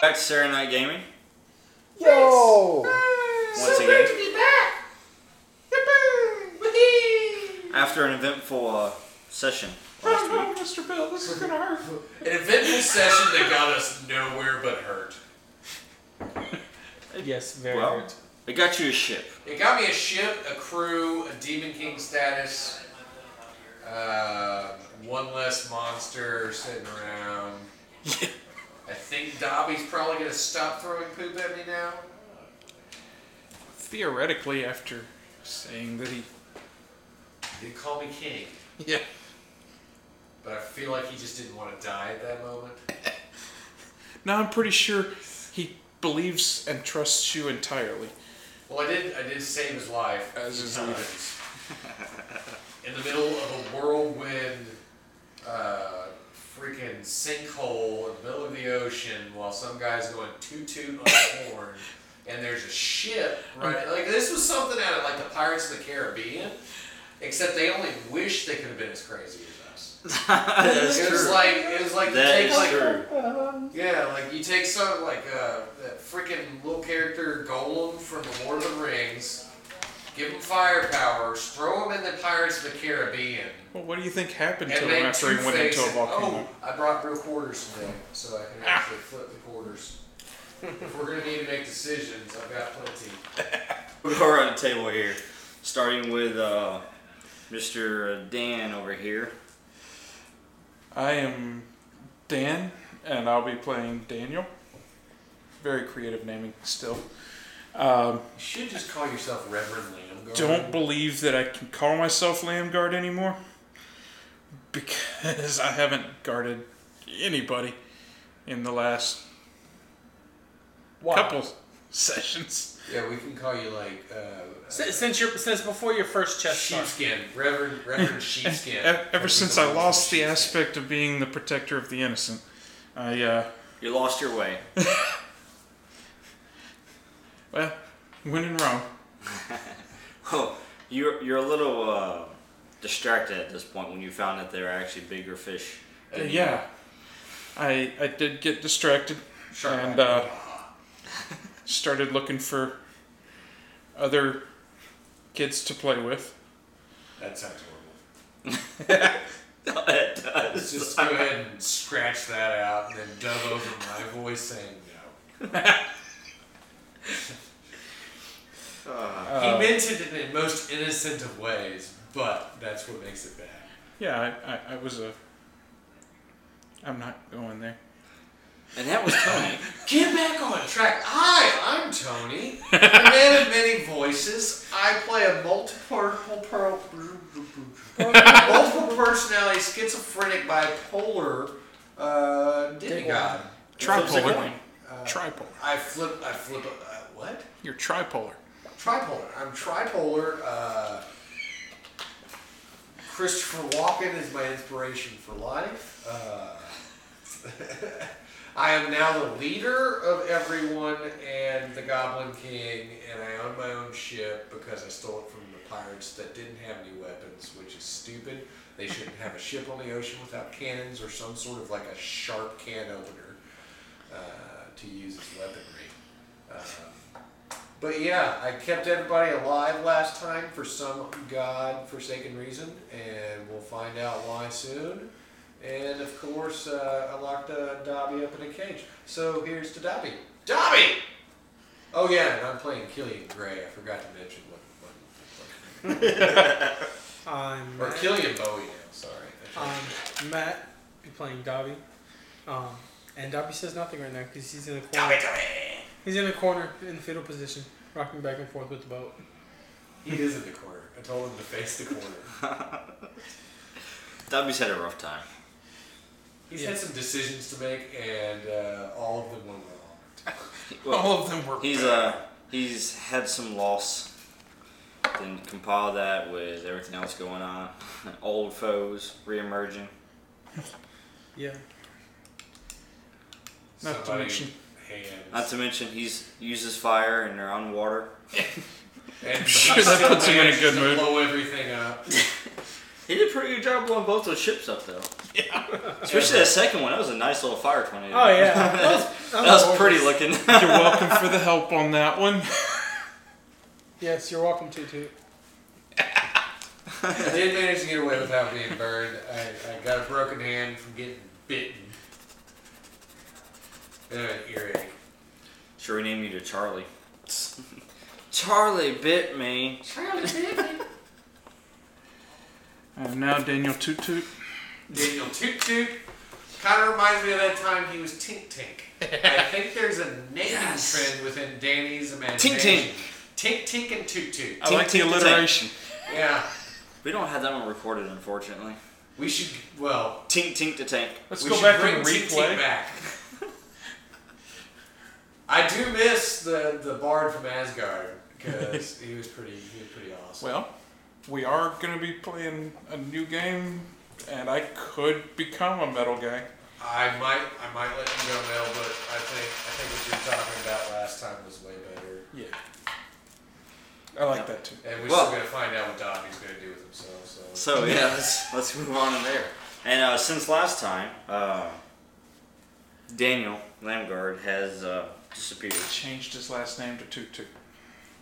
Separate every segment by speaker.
Speaker 1: Back to Saturday Night Gaming.
Speaker 2: Yo!
Speaker 1: Once
Speaker 3: so
Speaker 1: again.
Speaker 3: great to be back. Yippee! Wahee!
Speaker 1: After an eventful uh, session last week.
Speaker 3: Oh no, Mr. Bill, this is gonna hurt.
Speaker 4: An eventful session that got us nowhere but hurt.
Speaker 2: Yes, very
Speaker 1: Well.
Speaker 2: hurt.
Speaker 1: It got you a ship.
Speaker 4: It got me a ship, a crew, a Demon King status, uh, one less monster sitting around. I think Dobby's probably gonna stop throwing poop at me now.
Speaker 3: Theoretically, after saying that he,
Speaker 4: He called me king,
Speaker 3: yeah,
Speaker 4: but I feel like he just didn't want to die at that moment.
Speaker 3: now I'm pretty sure he believes and trusts you entirely.
Speaker 4: Well, I did. I did save his life.
Speaker 3: As is
Speaker 4: Uh, in the middle of a whirlwind, uh, freaking sinkhole in the middle of the ocean, while some guy's going toot toot on the horn, and there's a ship
Speaker 1: Mm.
Speaker 4: right. Like this was something out of like the Pirates of the Caribbean, except they only wish they could have been as crazy as us.
Speaker 1: that is
Speaker 4: it was
Speaker 1: true.
Speaker 4: like it was like
Speaker 1: that
Speaker 4: take,
Speaker 1: is
Speaker 4: like,
Speaker 1: true.
Speaker 4: yeah, like you take some like uh, that freaking little character Golem from the Lord of the Rings, give him firepower, throw him in the Pirates of the Caribbean,
Speaker 3: Well, what do you think happened to
Speaker 4: and
Speaker 3: him
Speaker 4: make
Speaker 3: after
Speaker 4: Two
Speaker 3: he went
Speaker 4: Face.
Speaker 3: into a volcano? Ah.
Speaker 4: Oh, I brought real quarters today, so I can actually flip the quarters. if we're gonna need to make decisions, I've got plenty.
Speaker 1: We are on the table here, starting with uh, Mr. Dan over here.
Speaker 3: I am Dan, and I'll be playing Daniel. Very creative naming still. Um,
Speaker 4: You should just call yourself Reverend Liam. Garden.
Speaker 3: don't believe that I can call myself Lamb Guard anymore because I haven't guarded anybody in the last couple sessions.
Speaker 4: Yeah, we can call you like uh,
Speaker 5: Since, since you're since before your first
Speaker 4: uh,
Speaker 5: chest start.
Speaker 4: Sheepskin, Reverend Reverend
Speaker 3: E-
Speaker 4: Sheepskin.
Speaker 3: Ever since I lost the
Speaker 4: Sheepskin.
Speaker 3: aspect of being the protector of the innocent, I, uh,
Speaker 1: You lost your way.
Speaker 3: well, went in Rome. uh,
Speaker 1: Oh, you're, you're a little uh, distracted at this point when you found that there are actually bigger fish.
Speaker 3: Uh, yeah, I I did get distracted
Speaker 4: Sure.
Speaker 3: and uh, started looking for other kids to play with.
Speaker 4: That sounds horrible.
Speaker 1: it does.
Speaker 4: Let's just go ahead and scratch that out and then dub over my voice saying no.
Speaker 3: Uh,
Speaker 4: he meant it in the most innocent of ways, but that's what makes it bad.
Speaker 3: Yeah, I, I, I was a. I'm not going there.
Speaker 1: And that was Tony.
Speaker 4: Get back on track. Hi, I'm Tony, a man of many voices. I play a multiple, multiple personality schizophrenic bipolar uh, demigod.
Speaker 3: Tripolar. Tripolar.
Speaker 4: I flip. I flip. A, uh, what?
Speaker 3: You're tripolar.
Speaker 4: Tripolar. I'm tripolar. Uh, Christopher Walken is my inspiration for life. Uh, I am now the leader of everyone and the Goblin King, and I own my own ship because I stole it from the pirates that didn't have any weapons, which is stupid. They shouldn't have a ship on the ocean without cannons or some sort of like a sharp can opener uh, to use as weaponry. But yeah, I kept everybody alive last time for some god-forsaken reason, and we'll find out why soon. And of course, uh, I locked uh, Dobby up in a cage. So here's to Dobby. Dobby! Oh yeah, and I'm playing Killian Gray. I forgot to mention what. what,
Speaker 5: I'm
Speaker 4: what or
Speaker 5: Matt.
Speaker 4: Killian Bowie now. Sorry.
Speaker 5: Um, Matt be playing Dobby, um, and Dobby says nothing right now because he's in a corner. He's in a corner in the fetal position, rocking back and forth with the boat.
Speaker 4: He is in the corner. I told him to face the corner.
Speaker 1: Dobby's had a rough time.
Speaker 4: He's had some decisions to make, and uh, all of them went wrong.
Speaker 1: Well,
Speaker 3: All of them were.
Speaker 1: he's uh he's had some loss. Then compile that with everything else going on, old foes reemerging.
Speaker 5: Yeah.
Speaker 3: Not to
Speaker 4: Somebody
Speaker 3: mention-
Speaker 4: hands.
Speaker 1: Not to mention he's uses fire and they're on water.
Speaker 4: And
Speaker 3: sure that puts him in a good mood.
Speaker 4: Blow everything up.
Speaker 1: He did a pretty good job blowing both those ships up though. Especially that second one. That was a nice little fire tornado.
Speaker 5: Oh, yeah. That
Speaker 1: that was,
Speaker 5: was- that was
Speaker 1: pretty
Speaker 5: gorgeous.
Speaker 1: looking.
Speaker 3: You're welcome for the help on that one.
Speaker 5: Yes, you're welcome to too.
Speaker 4: I did manage to get away without being burned. I, I got a broken hand from getting bitten. And an earache.
Speaker 1: Should rename you to Charlie. Charlie bit me.
Speaker 3: And now Daniel Toot Toot.
Speaker 4: Daniel Toot Toot kind of reminds me of that time he was Tink Tink. I think there's a naming
Speaker 1: Yes.
Speaker 4: trend within Danny's imagination. Tink Tink. Tink Tink and Toot Toot.
Speaker 3: I
Speaker 1: Toot
Speaker 3: like the
Speaker 1: Toot Toot.
Speaker 3: alliteration.
Speaker 4: Yeah.
Speaker 1: We don't have that one recorded, unfortunately.
Speaker 4: We should, well,
Speaker 1: Tink tink to tank.
Speaker 3: Let's
Speaker 4: we
Speaker 3: go
Speaker 4: should
Speaker 3: back
Speaker 4: bring
Speaker 3: and
Speaker 4: Tink Tink
Speaker 3: replay.
Speaker 4: back. I do miss the, the bard from Asgard because he was pretty he was pretty awesome.
Speaker 3: Well, we are going to be playing a new game, and I could become a metal guy.
Speaker 4: I might I might let you go, Mel, but I think I think what you were talking about last time was way better.
Speaker 3: Yeah. I like that too.
Speaker 4: And we're
Speaker 1: Well-
Speaker 4: still gonna find out what Dobby's gonna do with himself. So,
Speaker 1: So yeah, let's, let's move on in there. And uh, since last time, uh, Daniel Lamgard has uh, disappeared.
Speaker 3: Changed his last name to Toot Toot.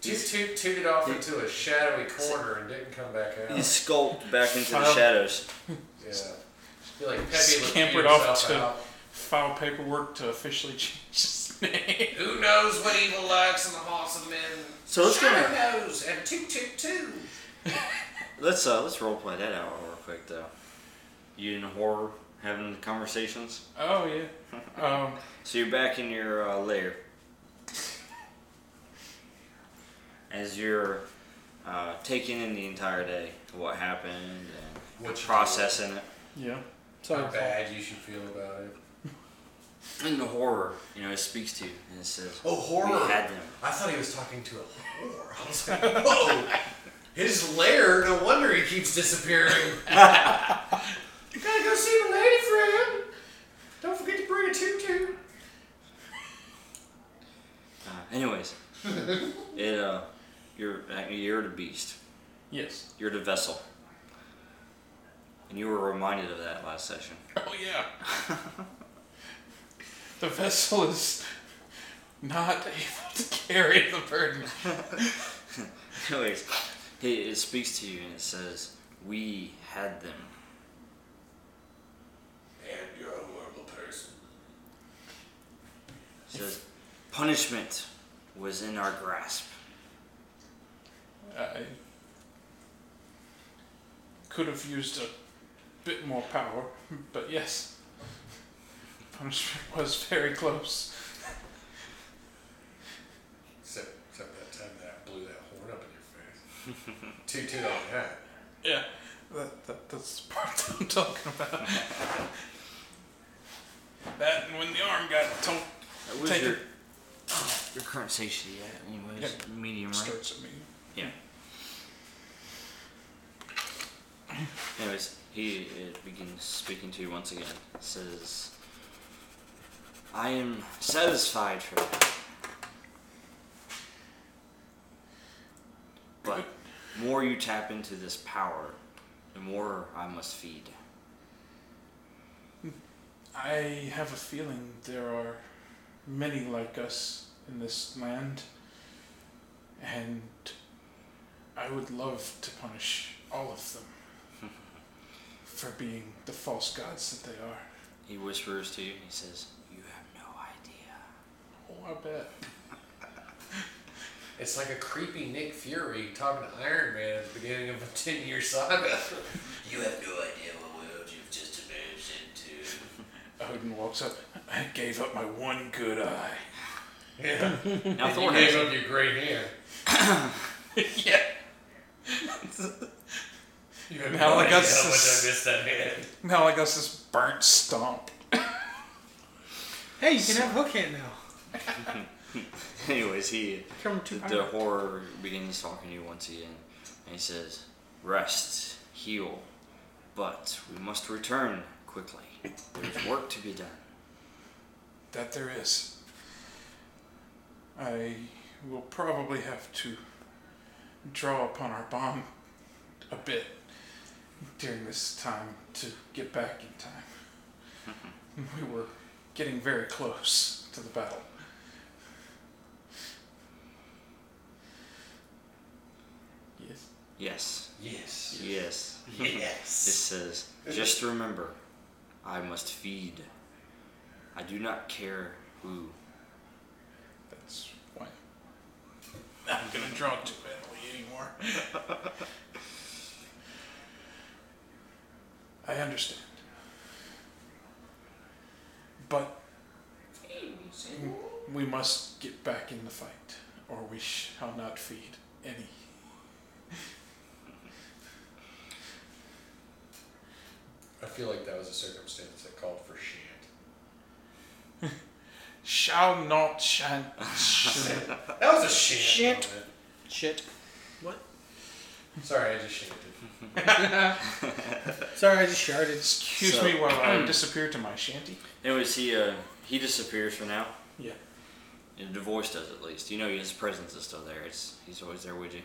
Speaker 4: you toot tooted off into a shadowy corner and didn't come back out.
Speaker 1: He skulked back into the
Speaker 3: Found-
Speaker 1: shadows.
Speaker 4: Yeah. Feel like Pepe
Speaker 3: Scampered
Speaker 4: Scampered
Speaker 3: off
Speaker 4: off
Speaker 3: to-
Speaker 4: out.
Speaker 3: File paperwork to officially change his name.
Speaker 4: Who knows what evil lurks in the hearts of men?
Speaker 1: So let's go-
Speaker 4: Shadow knows, and toot toot toot.
Speaker 1: Let's uh, let's roleplay that out real quick though. You in horror having conversations.
Speaker 3: Oh, yeah. Um,
Speaker 1: So you're back in your uh, lair. As you're uh, taking in the entire day, what happened, and
Speaker 4: What you
Speaker 1: processing it.
Speaker 3: yeah.
Speaker 5: Sorry.
Speaker 4: How bad you should feel about it.
Speaker 1: And the horror, you know, it speaks to you and it says,
Speaker 4: Oh, horror.
Speaker 1: We had them.
Speaker 4: I thought he was talking to a whore. I was like, whoa. His lair, no wonder he keeps disappearing. you gotta go see your lady friend. Don't forget to bring a tutu.
Speaker 1: Uh, anyways, it uh, you're uh, you're the beast.
Speaker 3: Yes.
Speaker 1: You're the vessel. And you were reminded of that last session.
Speaker 3: Oh, yeah. the vessel is not able to carry the burden.
Speaker 1: Anyways, it, it speaks to you and it says, "We had them."
Speaker 4: And you're a horrible person.
Speaker 1: It says, "Punishment was in our grasp."
Speaker 3: I could have used a bit more power, but yes. Punishment was very close.
Speaker 4: Except, except that time that I blew that horn up in your face. Tutu on that.
Speaker 3: Yeah, that, that, that's the part that I'm talking about. that and when the arm got told
Speaker 1: That was
Speaker 3: Take
Speaker 1: your,
Speaker 3: it.
Speaker 1: your current satiety, yeah. Anyways,
Speaker 3: Yep.
Speaker 1: medium right.
Speaker 3: starts at me.
Speaker 1: Yeah. Anyways, he uh, it begins speaking to you once again. Says, "I am satisfied for that, but more you tap into this power, the more I must feed."
Speaker 3: I have a feeling there are many like us in this land, and I would love to punish all of them for being the false gods that they are.
Speaker 1: He whispers to you. He says, "You have no idea."
Speaker 3: Oh, I bet.
Speaker 4: It's like a creepy Nick Fury talking to Iron Man at the beginning of a 10 year saga. you have no idea what world you've just emerged into.
Speaker 3: Odin walks up. I gave up my one good eye.
Speaker 4: Yeah.
Speaker 1: Now
Speaker 4: you
Speaker 1: Thor
Speaker 4: gave
Speaker 1: has
Speaker 4: up your great hand.
Speaker 3: yeah.
Speaker 4: You have
Speaker 3: Now, like,
Speaker 4: no idea how much
Speaker 3: that's just-
Speaker 4: I missed that hand.
Speaker 3: Now I guess this burnt stomp.
Speaker 5: Hey, you can have hook hand now.
Speaker 1: Anyways, he
Speaker 5: Come to
Speaker 1: The, the horror begins talking to you once again, and he says, "Rest, heal, but we must return quickly. There's work to be done."
Speaker 3: That there is. I will probably have to draw upon our bond a bit during this time to get back in time. we were getting very close to the battle. Yes.
Speaker 1: Yes.
Speaker 4: Yes.
Speaker 1: Yes. This
Speaker 4: Yes.
Speaker 1: says, just remember, I must feed. I do not care who.
Speaker 3: That's why I'm gonna draw too badly anymore. I understand. But we must get back in the fight, or we shall not feed any.
Speaker 4: I feel like that was a circumstance that called for shant.
Speaker 3: Shall not shan. shan-
Speaker 4: That was a shant.
Speaker 5: Shant.
Speaker 4: moment.
Speaker 5: Shit.
Speaker 4: Sorry, I just shanted.
Speaker 5: Sorry, I just sharded.
Speaker 3: Excuse
Speaker 1: So-
Speaker 3: me while I disappear to my shanty.
Speaker 1: Anyways, he uh, he disappears for now.
Speaker 3: Yeah.
Speaker 1: The divorce does at least. You know his presence is still there. It's he's always there with you.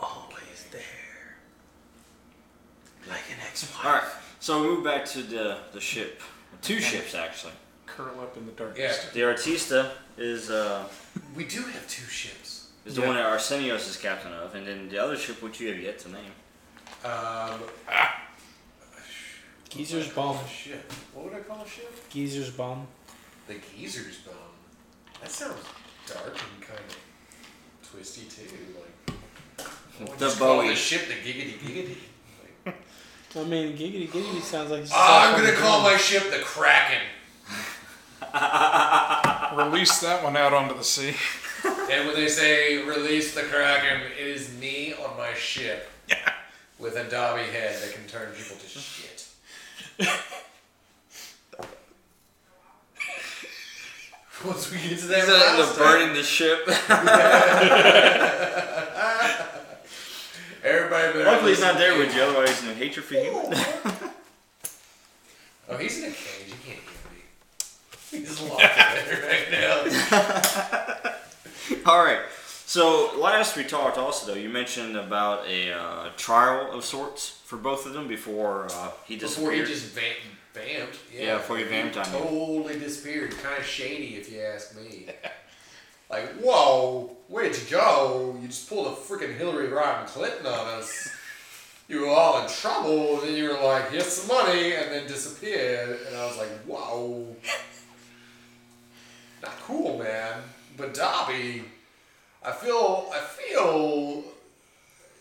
Speaker 5: Always there. Like an ex-wife.
Speaker 1: All right. So we move back to the the ship. Two ships actually.
Speaker 3: Curl up in the darkness.
Speaker 4: Yeah.
Speaker 1: The Artista is uh,
Speaker 4: We do have two ships.
Speaker 1: is the
Speaker 3: Yeah.
Speaker 1: one that Arsenios is captain of, and then the other ship which you have yet to name.
Speaker 4: Um,
Speaker 5: Geezer's
Speaker 4: what would I call
Speaker 5: bomb.
Speaker 4: a Ship. What would I call a ship?
Speaker 5: Geezer's bomb.
Speaker 4: The geezer's bomb. That sounds dark and kind of twisty too. Like I would
Speaker 1: The
Speaker 4: just call
Speaker 1: Bowie.
Speaker 4: The ship. The giggity giggity. Like,
Speaker 5: I mean, giggity giggity sounds like.
Speaker 4: Ah, I'm gonna call my ship the Kraken,
Speaker 3: Release that one out onto the sea.
Speaker 4: and when they say release the Kraken, it is me on my ship with a Dobby head that can turn people to shit. Once we get to that, milestone-
Speaker 1: the ship.
Speaker 4: Everybody better.
Speaker 1: Luckily he's
Speaker 4: listen
Speaker 1: not there
Speaker 4: to
Speaker 1: with
Speaker 4: me.
Speaker 1: you. Otherwise, you know, hatred for you.
Speaker 4: Oh, he's in a cage. He can't hear me. He's locked in there right now.
Speaker 1: All right. So last we talked, also though, you mentioned about a uh, trial of sorts for both of them before uh, he
Speaker 4: Before
Speaker 1: disappeared.
Speaker 4: he just vamped. vamped. Yeah,
Speaker 1: Yeah, before he vamped on you.
Speaker 4: Totally disappeared. Kind of shady, if you ask me. like, whoa, where'd you go? You just pulled a freaking Hillary Rodham Clinton on us. You were all in trouble, and then you were like, here's some money, and then disappeared. And I was like, whoa. Not cool, man. But Dobby, I feel, I feel,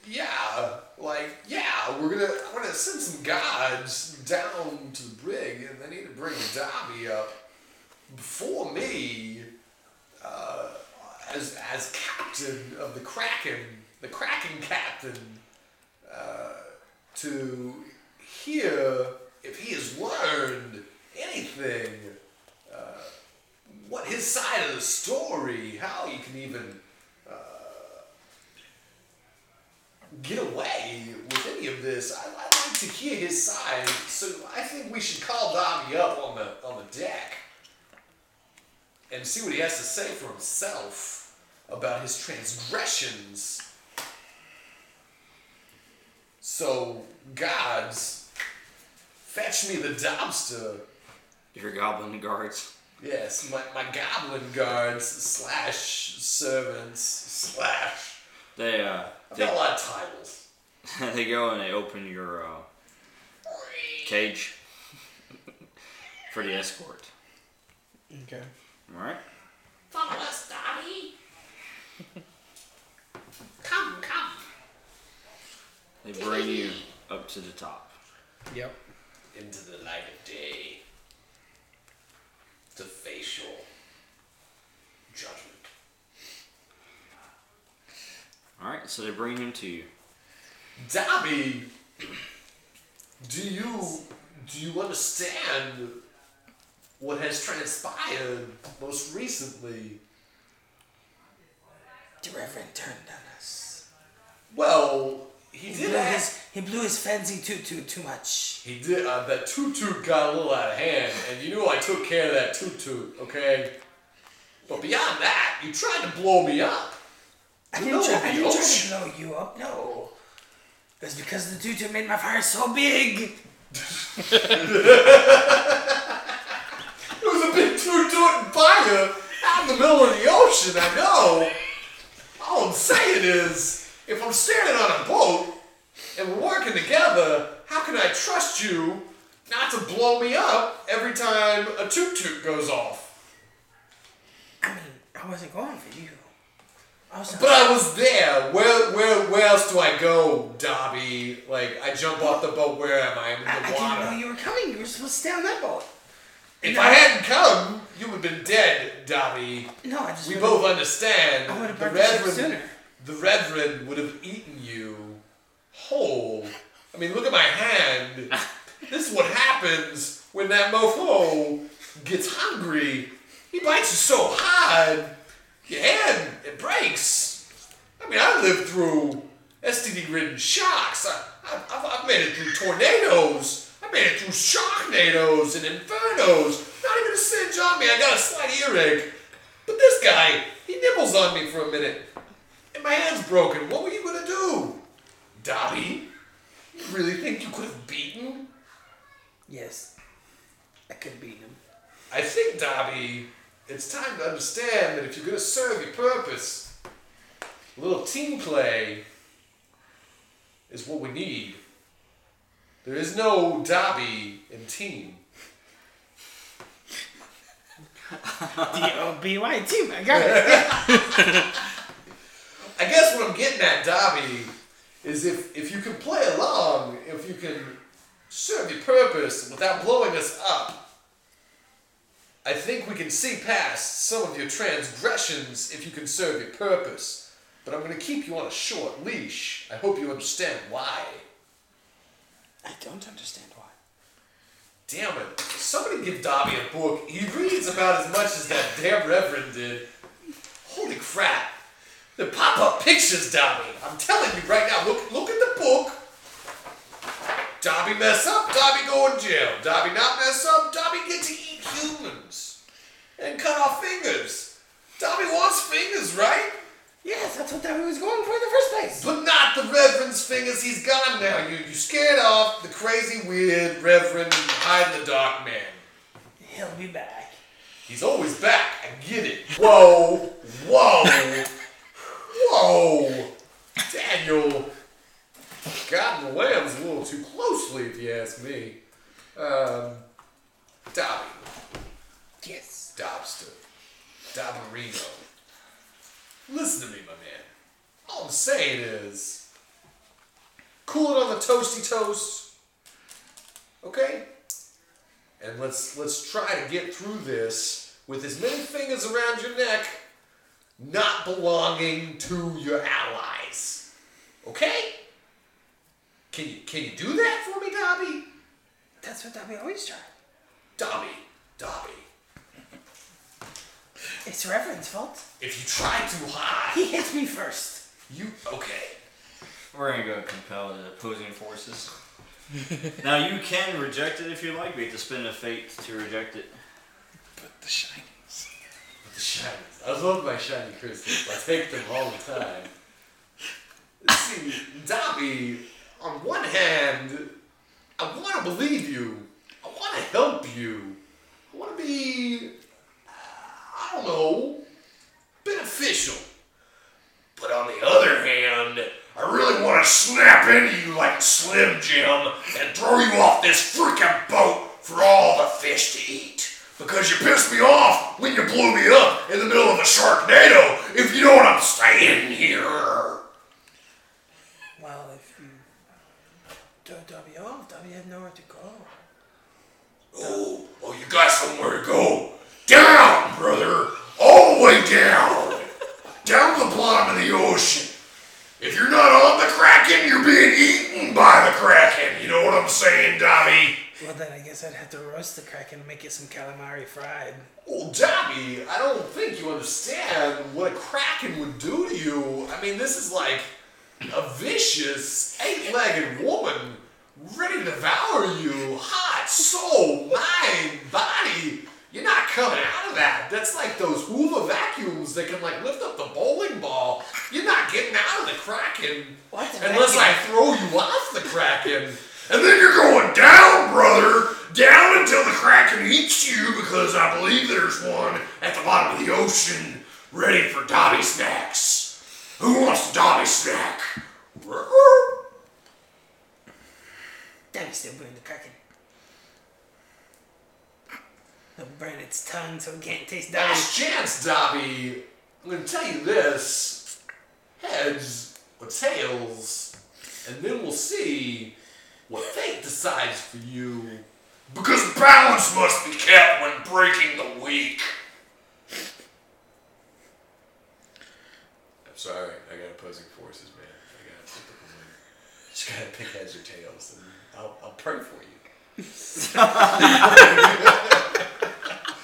Speaker 4: yeah, like yeah, we're gonna, I'm gonna send some gods down to the brig, and they need to bring Dobby up before me, uh, as as captain of the Kraken, the Kraken captain, uh, to hear if he has learned anything uh, what his side of the story, how you can even uh, get away with any of this. I, I'd like to hear his side, so I think we should call Dobby up on the on the deck and see what he has to say for himself about his transgressions. So, gods, fetch me the Dobster.
Speaker 1: Your goblin guards.
Speaker 4: Yes, my, my goblin guards slash servants slash.
Speaker 1: They uh,
Speaker 4: I've got a
Speaker 1: they,
Speaker 4: lot of titles.
Speaker 1: they go and they open your uh, cage for the escort.
Speaker 5: Okay.
Speaker 1: All right.
Speaker 6: Follow us, Dobby. come, come.
Speaker 1: They bring you up to the top.
Speaker 5: Yep.
Speaker 4: Into the light of day. The facial judgment.
Speaker 1: All right. So they bring him to you.
Speaker 4: Dobby, do you do you understand what has transpired most recently?
Speaker 7: The Reverend turned on us.
Speaker 4: Well, he
Speaker 7: He
Speaker 4: did
Speaker 7: blew
Speaker 4: ask
Speaker 7: his, he blew his fancy tutu too much.
Speaker 4: He did. Uh, that tutu got a little out of hand, and you know I took care of that tutu, okay? But beyond that, you tried to blow me up.
Speaker 7: I
Speaker 4: You
Speaker 7: didn't,
Speaker 4: know
Speaker 7: try,
Speaker 4: the
Speaker 7: I didn't try to
Speaker 4: ocean.
Speaker 7: blow you up, no. That's because the tutu made my fire so big.
Speaker 4: It was a big two-toot fire out in the middle of the ocean, I know. All I'm saying is, if I'm standing on a boat and we're working together, how can I trust you not to blow me up every time a toot-toot goes off?
Speaker 7: I mean, I wasn't going for you. I was
Speaker 4: But I was there. Where, where, where else do I go, Dobby? Like, I jump off the boat. Where am I? I'm in
Speaker 7: I, I
Speaker 4: the water.
Speaker 7: didn't know you were coming. You were supposed to stay on that boat.
Speaker 4: If I hadn't come, you would have been dead, Dobby.
Speaker 7: No, I just
Speaker 4: We
Speaker 7: would've-
Speaker 4: both understand.
Speaker 7: I would've
Speaker 4: the
Speaker 7: burnt the ship
Speaker 4: Reverend,
Speaker 7: sooner.
Speaker 4: the Reverend would have eaten you whole. I mean, look at my hand. this is what happens when that mofo gets hungry. He bites you so hard, your hand it breaks. I mean, I lived through STD-ridden shocks. I, I, I've, I've made it through tornadoes. I made it through sharknadoes and infernos. Not even a singe on me. I got a slight earache. But this guy, he nibbles on me for a minute. And my hand's broken. What were you gonna do? Dobby? You really think you could have beaten?
Speaker 7: Yes, I could beat him.
Speaker 4: I think, Dobby, it's time to understand that if you're gonna serve your purpose, a little team play is what we need. There is no Dobby in team.
Speaker 7: D O B Y team. I got it.
Speaker 4: I guess what I'm getting at, Dobby, is if if you can play along, if you can serve your purpose without blowing us up, I think we can see past some of your transgressions if you can serve your purpose. But I'm going to keep you on a short leash. I hope you understand why.
Speaker 7: I don't understand why.
Speaker 4: Damn it. Somebody give Dobby a book. He reads about as much as that damn Reverend did. Holy crap. The pop up pictures, Dobby. I'm telling you right now, look look at the book. Dobby mess up, Dobby go in jail. Dobby not mess up, Dobby get to eat humans. And cut off fingers. Dobby wants fingers, right?
Speaker 7: Yes, that's what Dobby was going for in the first place.
Speaker 4: But not the Reverend's fingers. He's gone now. You you scared off the crazy, weird Reverend hide in the dark man.
Speaker 7: He'll be back.
Speaker 4: He's always back. I get it. Whoa, whoa, whoa, Daniel. Gotten the lambs a little too closely, if you ask me. Um, Dobby,
Speaker 7: Yes.
Speaker 4: Dobster, Dobberino. Listen to me, my man. All I'm saying is, cool it on the toasty toast, okay? And let's let's try to get through this with as many fingers around your neck, not belonging to your allies, okay? Can you can you do that for me, Dobby?
Speaker 7: That's what Dobby always tried.
Speaker 4: Dobby, Dobby.
Speaker 7: It's Reverend's fault.
Speaker 4: If you try too hard,
Speaker 7: He hits me first.
Speaker 4: you okay?
Speaker 1: We're gonna go compel the opposing forces. now you can reject it if you like, but you have to spin a fate to reject it.
Speaker 3: But the shiny.
Speaker 4: The shinies. I love my shiny crystals. I take them all the time. See, Dobby, on one hand, I want to believe you. I want to help you. I want to be, uh, I don't know, beneficial. But on the other hand, I really want to snap into you like Slim Jim and throw you off this freaking boat for all the fish to eat. Because you pissed me off when you blew me up in the middle of a sharknado, if you know what I'm saying here.
Speaker 7: Well, if you throw Dobby off, Dobby has nowhere to go.
Speaker 4: Oh, oh, you got somewhere to go. Down, brother. All the way down. down to the bottom of the ocean. If you're not on the Kraken, you're being eaten by the Kraken. You know what I'm saying, Dobby?
Speaker 7: Well, then I guess I'd have to roast the Kraken and make it some calamari fried.
Speaker 4: Well, Dobby, I don't think you understand what a Kraken would do to you. I mean, this is like a vicious, eight legged woman ready to devour you. Heart, soul, mind, body. You're not coming out of bad. That's like those hula vacuums that can like lift up the bowling ball. You're not getting out of the Kraken
Speaker 7: What the
Speaker 4: unless
Speaker 7: heck?
Speaker 4: I throw you off the Kraken. And then you're going down, brother! Down until the Kraken eats you because I believe there's one at the bottom of the ocean ready for Dobby snacks. Who wants a Dobby snack?
Speaker 7: Daddy's still burning the Kraken. It'll burn its tongue so it can't taste
Speaker 5: Ah,
Speaker 7: Dobby.
Speaker 4: Last chance, Dobby. I'm gonna tell you this: heads or tails, and then we'll see what fate decides for you. Because balance must be kept when breaking the weak. I'm sorry, I got opposing forces, man. I gotta pick the one. Just gotta pick heads or tails, and I'll, I'll pray for you.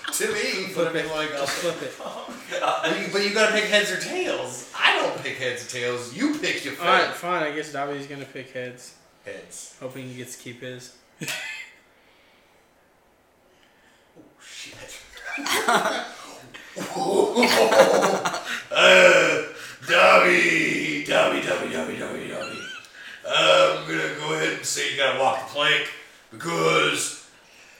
Speaker 4: to me, but I mean, like, I'll
Speaker 5: Flip it.
Speaker 4: but you, but you gotta pick heads or tails. I don't pick heads or tails. You pick your
Speaker 5: Alright, fine. I guess Dobby's gonna pick heads,
Speaker 4: Heads.
Speaker 5: hoping he gets to keep his.
Speaker 4: Oh, shit. uh, Dobby, Dobby, Dobby, Dobby, Dobby, Dobby. Uh, I'm gonna go ahead and say you gotta walk the plank because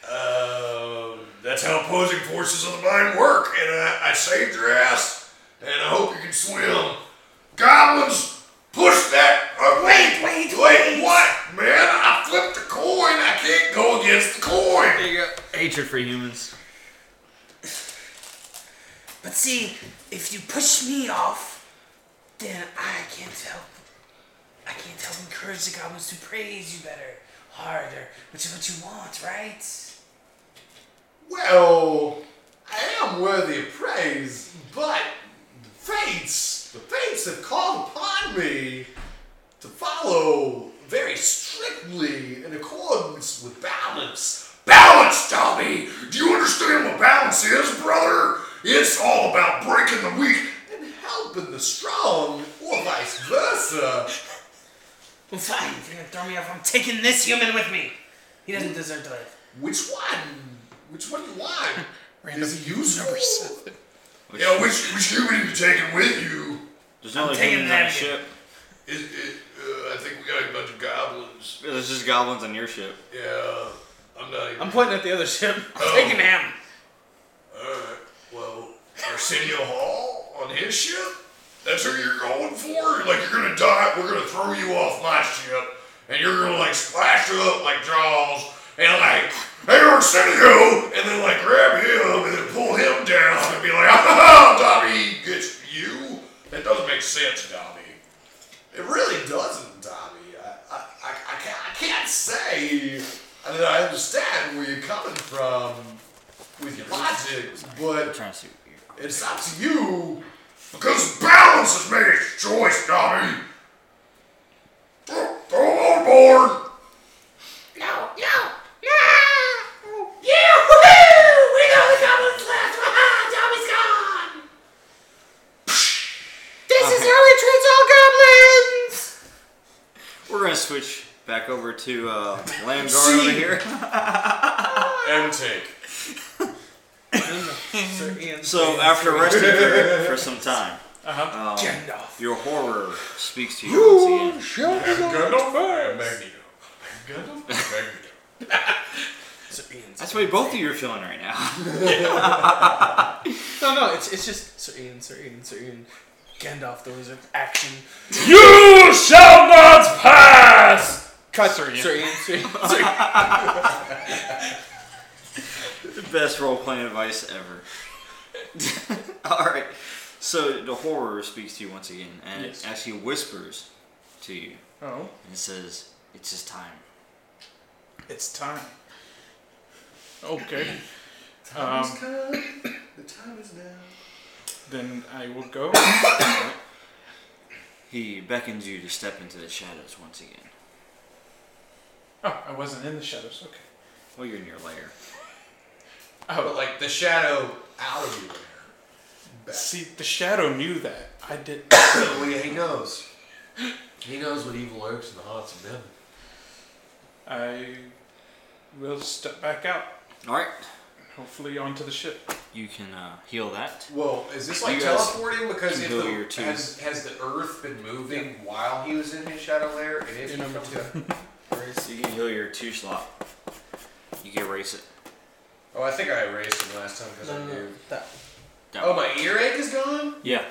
Speaker 4: uh, that's how opposing forces of the mind work. And I, I saved your ass, and I hope you can swim. Goblins, push that. Uh, wait, wait, wait. What, man? I flipped the coin. I can't go against the coin.
Speaker 1: There you go. Hatred for humans.
Speaker 7: But see, if you push me off, then I can't help. I can't help encourage the goblins to praise you better, harder, which is what you want, right?
Speaker 4: Well, I am worthy of praise, but the fates, the fates have called upon me to follow very strictly in accordance with balance. Balance, Tommy! Do you understand what balance is, brother? It's all about breaking the weak and helping the strong, or vice versa.
Speaker 7: Well, fine. If you're gonna throw me off, I'm taking this human with me. He doesn't deserve to live.
Speaker 4: Which one? Which one do you want?
Speaker 2: Random
Speaker 4: Is it useful?
Speaker 2: number seven.
Speaker 4: Yeah, which, which human are you taking with you?
Speaker 1: There's no other
Speaker 7: taking
Speaker 1: humans
Speaker 7: that
Speaker 1: on the
Speaker 7: again.
Speaker 1: ship.
Speaker 4: It, it, uh, I think we got a bunch of goblins.
Speaker 1: Yeah, There's just goblins on your ship.
Speaker 4: Yeah, I'm not even.
Speaker 5: I'm pointing at the other ship.
Speaker 4: Oh,
Speaker 7: Taking him.
Speaker 4: Alright, Uh, well, Arsenio Hall on his ship? That's who you're going for? Like, you're gonna die, we're gonna throw you off my ship, and you're gonna, like, splash up like Jaws, and, like, hey, Arsenio! And then, like, grab him, and then pull him down, and be like, ah, ha, ha, Dobby gets you? That doesn't make sense, Dobby. It really doesn't, Tommy. I, I, I, I, can't, I can't say. I mean, I understand where you're coming from with your logic,
Speaker 1: I'm
Speaker 4: but
Speaker 1: trying to see. what you're-
Speaker 4: it's up to you. Because balance has made its choice, Tommy. Throw throw him on board.
Speaker 6: No, no, no! Yeah, woohoo! We got the goblins left! Haha, Tommy's gone! This is how we treat all goblins!
Speaker 1: We're gonna switch back over to uh, Landgar over here.
Speaker 4: And take.
Speaker 1: So after resting for, for some time,
Speaker 3: Uh-huh.
Speaker 1: um,
Speaker 7: Gandalf.
Speaker 1: your horror speaks to you once again.
Speaker 4: Gundam. Magneto. Gundam. Magneto.
Speaker 7: Sir Ian's.
Speaker 1: That's what both of you are feeling right now.
Speaker 5: No, no, it's, it's just Sir Ian, Sir Ian, Sir Ian. Gandalf the Wizard, action.
Speaker 3: You shall not pass! Cut through
Speaker 5: Sir Ian, Sir Ian.
Speaker 1: the best role playing advice ever. All right. So the horror speaks to you once again, and
Speaker 3: Yes.
Speaker 1: it actually whispers to you
Speaker 3: Oh,
Speaker 1: and says, "It's his time."
Speaker 3: it's time. Okay. Um,
Speaker 4: The time is now.
Speaker 3: then I will go.
Speaker 1: He beckons you to step into the shadows once again.
Speaker 3: Oh, I wasn't in the shadows. Okay.
Speaker 1: Well, you're in your lair.
Speaker 4: But like the shadow out of you.
Speaker 3: See, the shadow knew that. I did.
Speaker 4: Well, yeah, he knows. He knows what evil lurks in the hearts of men.
Speaker 3: I will step back out,
Speaker 1: All right.
Speaker 3: hopefully onto the ship.
Speaker 1: you can uh, heal that.
Speaker 4: Well, is this
Speaker 1: You
Speaker 4: like
Speaker 1: guys
Speaker 4: teleporting? Because
Speaker 1: can
Speaker 4: if
Speaker 1: go
Speaker 4: the,
Speaker 1: your twos.
Speaker 4: has, has the Earth been moving while he was in his shadow lair? It is
Speaker 5: You're number
Speaker 4: two.
Speaker 1: So you can heal your two slot. You can erase it.
Speaker 4: Oh, I think I erased him last time because I knew.
Speaker 5: That.
Speaker 1: That
Speaker 4: Oh,
Speaker 1: one.
Speaker 4: my earache is gone.
Speaker 1: Yeah.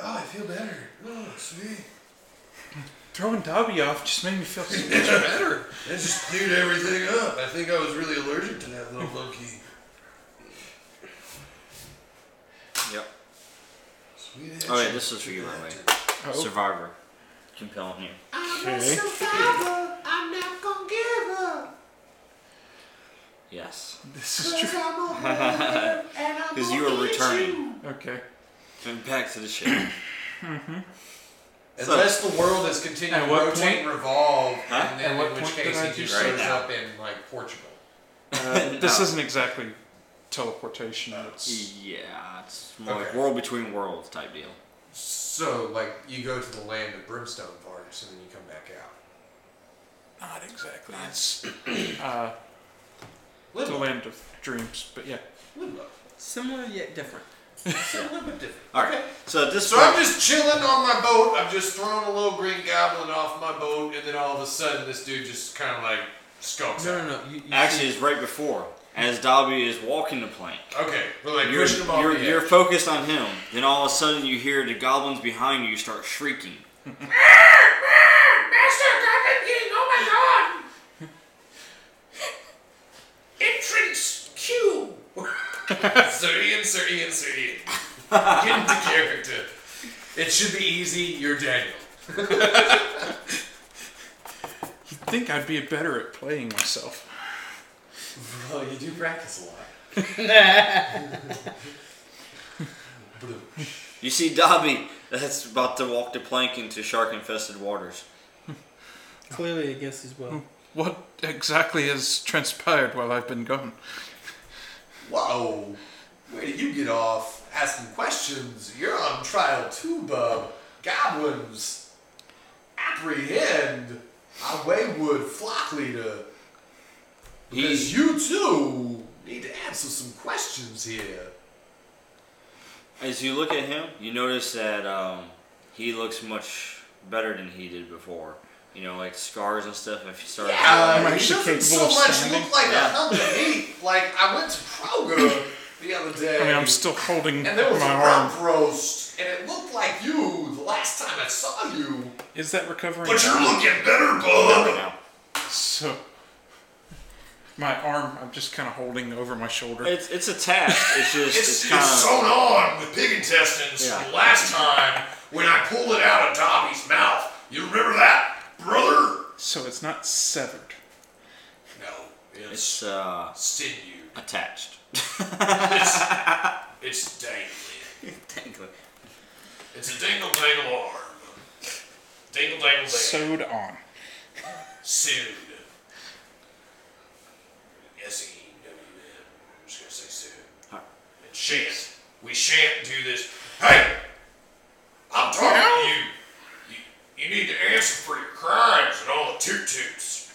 Speaker 4: Oh, I feel better. Oh, sweet.
Speaker 3: Throwing Dobby off just made me feel so
Speaker 4: It's better. It just cleared everything up. I think I was really allergic to that little monkey.
Speaker 1: Yep.
Speaker 4: Sweet.
Speaker 1: Oh yeah, this is for you by the way. Survivor. Compelling you.
Speaker 6: I'm a survivor. I'm not gonna give up.
Speaker 1: Yes.
Speaker 3: This is
Speaker 6: Cause
Speaker 3: true.
Speaker 6: I'm a hunter and I'm
Speaker 1: 'Cause
Speaker 6: gonna
Speaker 1: you are
Speaker 6: eat
Speaker 1: returning.
Speaker 6: you.
Speaker 3: Okay.
Speaker 1: And back to the ship.
Speaker 4: Unless the world is continuing
Speaker 3: At
Speaker 4: to
Speaker 3: what
Speaker 4: rotate
Speaker 3: point-
Speaker 4: and revolve,
Speaker 1: Huh?
Speaker 4: and then
Speaker 3: At what
Speaker 4: in which
Speaker 3: point did
Speaker 4: case
Speaker 3: I
Speaker 4: he
Speaker 3: do
Speaker 4: just
Speaker 1: right
Speaker 4: shows
Speaker 1: now?
Speaker 4: up in like Portugal.
Speaker 3: Uh, this
Speaker 1: No.
Speaker 3: isn't exactly teleportation. It's
Speaker 1: yeah, it's more like
Speaker 4: Okay.
Speaker 1: world between worlds type deal.
Speaker 4: So like you go to the land of brimstone forest and then you come back out.
Speaker 3: not exactly. It's uh, the
Speaker 4: Limbo.
Speaker 3: land of dreams. But yeah.
Speaker 4: Limbo.
Speaker 5: Similar yet different.
Speaker 4: So limbo different.
Speaker 1: All right. So at this
Speaker 4: So I'm
Speaker 1: point,
Speaker 4: just chilling on my boat. I've just thrown a little green goblin off my boat, and then all of a sudden this dude just kind of like skulks
Speaker 5: No,
Speaker 4: out.
Speaker 5: no, no. You, you
Speaker 1: actually,
Speaker 5: see-
Speaker 1: it's right before as Dobby is walking the plank.
Speaker 4: Okay, we're like
Speaker 1: You're,
Speaker 4: pushing him off
Speaker 1: you're,
Speaker 4: the
Speaker 1: you're
Speaker 4: edge.
Speaker 1: focused on him. Then all of a sudden, you hear the goblins behind you start shrieking.
Speaker 6: Master Goblin King, oh my god! Entrance Q!
Speaker 4: Sir Ian, Sir Ian, Sir Ian. Get into character. It should be easy. You're Daniel.
Speaker 3: You'd think I'd be better at playing myself.
Speaker 4: Well, you do practice a lot.
Speaker 1: You see Dobby that's about to walk the plank into shark infested waters.
Speaker 5: clearly against his will.
Speaker 3: What exactly has transpired while I've been gone?
Speaker 4: Whoa. Where do you get off asking questions? You're on trial too, bub. Goblins. Apprehend our wayward flock leader. Because
Speaker 1: He,
Speaker 4: you too need to answer some questions here.
Speaker 1: as you look at him, you notice that um, he looks much better than he did before. You know, like scars and stuff. If you start,
Speaker 4: Yeah,
Speaker 3: I'm
Speaker 4: Uh, he
Speaker 3: actually
Speaker 4: doesn't so
Speaker 3: capable of
Speaker 4: much
Speaker 3: standing.
Speaker 4: look like
Speaker 1: Yeah.
Speaker 4: a hunk of meat. Like I went to Kroger the other day.
Speaker 3: I mean, I'm still holding
Speaker 4: and there was
Speaker 3: my
Speaker 4: a
Speaker 3: arm.
Speaker 4: rump roast, and it looked like you the last time I saw you.
Speaker 3: Is that recovering?
Speaker 4: But you're
Speaker 3: now?
Speaker 4: looking better,
Speaker 1: right
Speaker 4: bub.
Speaker 1: now.
Speaker 3: So, my arm, I'm just kind of holding over my shoulder.
Speaker 1: It's it's attached. It's just
Speaker 4: It's,
Speaker 1: it's,
Speaker 4: it's,
Speaker 1: kind of
Speaker 4: sewn on with pig intestines.
Speaker 1: Yeah.
Speaker 4: The Last time when I pulled it out of Dobby's mouth, you remember that, brother?
Speaker 3: So it's not severed.
Speaker 4: No, it's,
Speaker 1: it's uh,
Speaker 4: sinew.
Speaker 1: attached.
Speaker 4: It's, it's dangling.
Speaker 1: Technically.
Speaker 4: It's a dingle dangle arm. Dingle dangle dangle.
Speaker 3: Sewed on.
Speaker 4: Soon. S E W N. I'm just gonna say soon.
Speaker 1: Alright.
Speaker 4: And shan't. We shan't do this. Hey! I'm talking to you. you. You need to answer for your crimes and all the toot toots.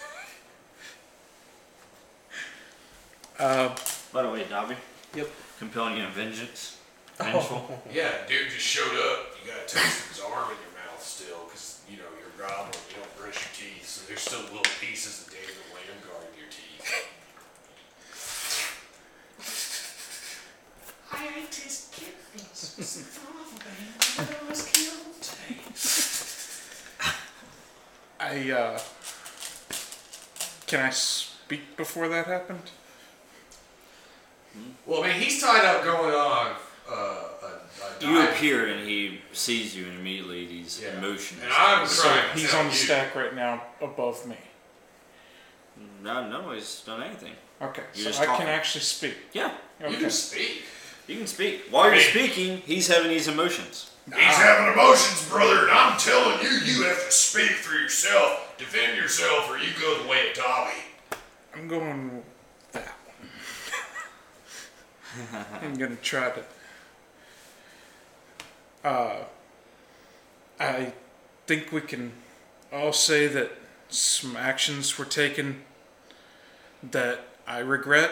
Speaker 3: Uh,
Speaker 1: By the way, Dobby,
Speaker 5: Yep.
Speaker 1: compelling you to vengeance. Vengeful.
Speaker 4: Yeah, dude just showed up. You got a taste of his arm in your mouth still, because, you know, you're a goblin. You don't brush your teeth, so there's still little pieces of David Lamb guarding your teeth.
Speaker 6: I ate his kidneys. His father and mother was killed.
Speaker 3: I, uh. Can I speak before that happened?
Speaker 4: Well, I mean, he's tied up going on uh, a, a
Speaker 1: You
Speaker 4: dive.
Speaker 1: appear and he sees you and immediately these
Speaker 4: Yeah.
Speaker 1: emotions.
Speaker 4: And I'm
Speaker 3: So
Speaker 4: trying to
Speaker 3: he's
Speaker 4: tell
Speaker 3: on the
Speaker 4: you.
Speaker 3: stack right now above me.
Speaker 1: No, no, he's done anything.
Speaker 3: Okay,
Speaker 1: You're
Speaker 3: so
Speaker 1: just
Speaker 3: I
Speaker 1: talking.
Speaker 3: can actually speak.
Speaker 1: Yeah,
Speaker 4: You
Speaker 3: Okay.
Speaker 4: can speak.
Speaker 1: you can speak. While you're
Speaker 4: mean-
Speaker 1: speaking, he's having these emotions.
Speaker 4: He's having emotions, brother, and I'm telling you, you have to speak for yourself, defend yourself, or you go the way of Dobby.
Speaker 3: I'm going with that one. I'm gonna try to. Uh, I think we can all say that some actions were taken that I regret.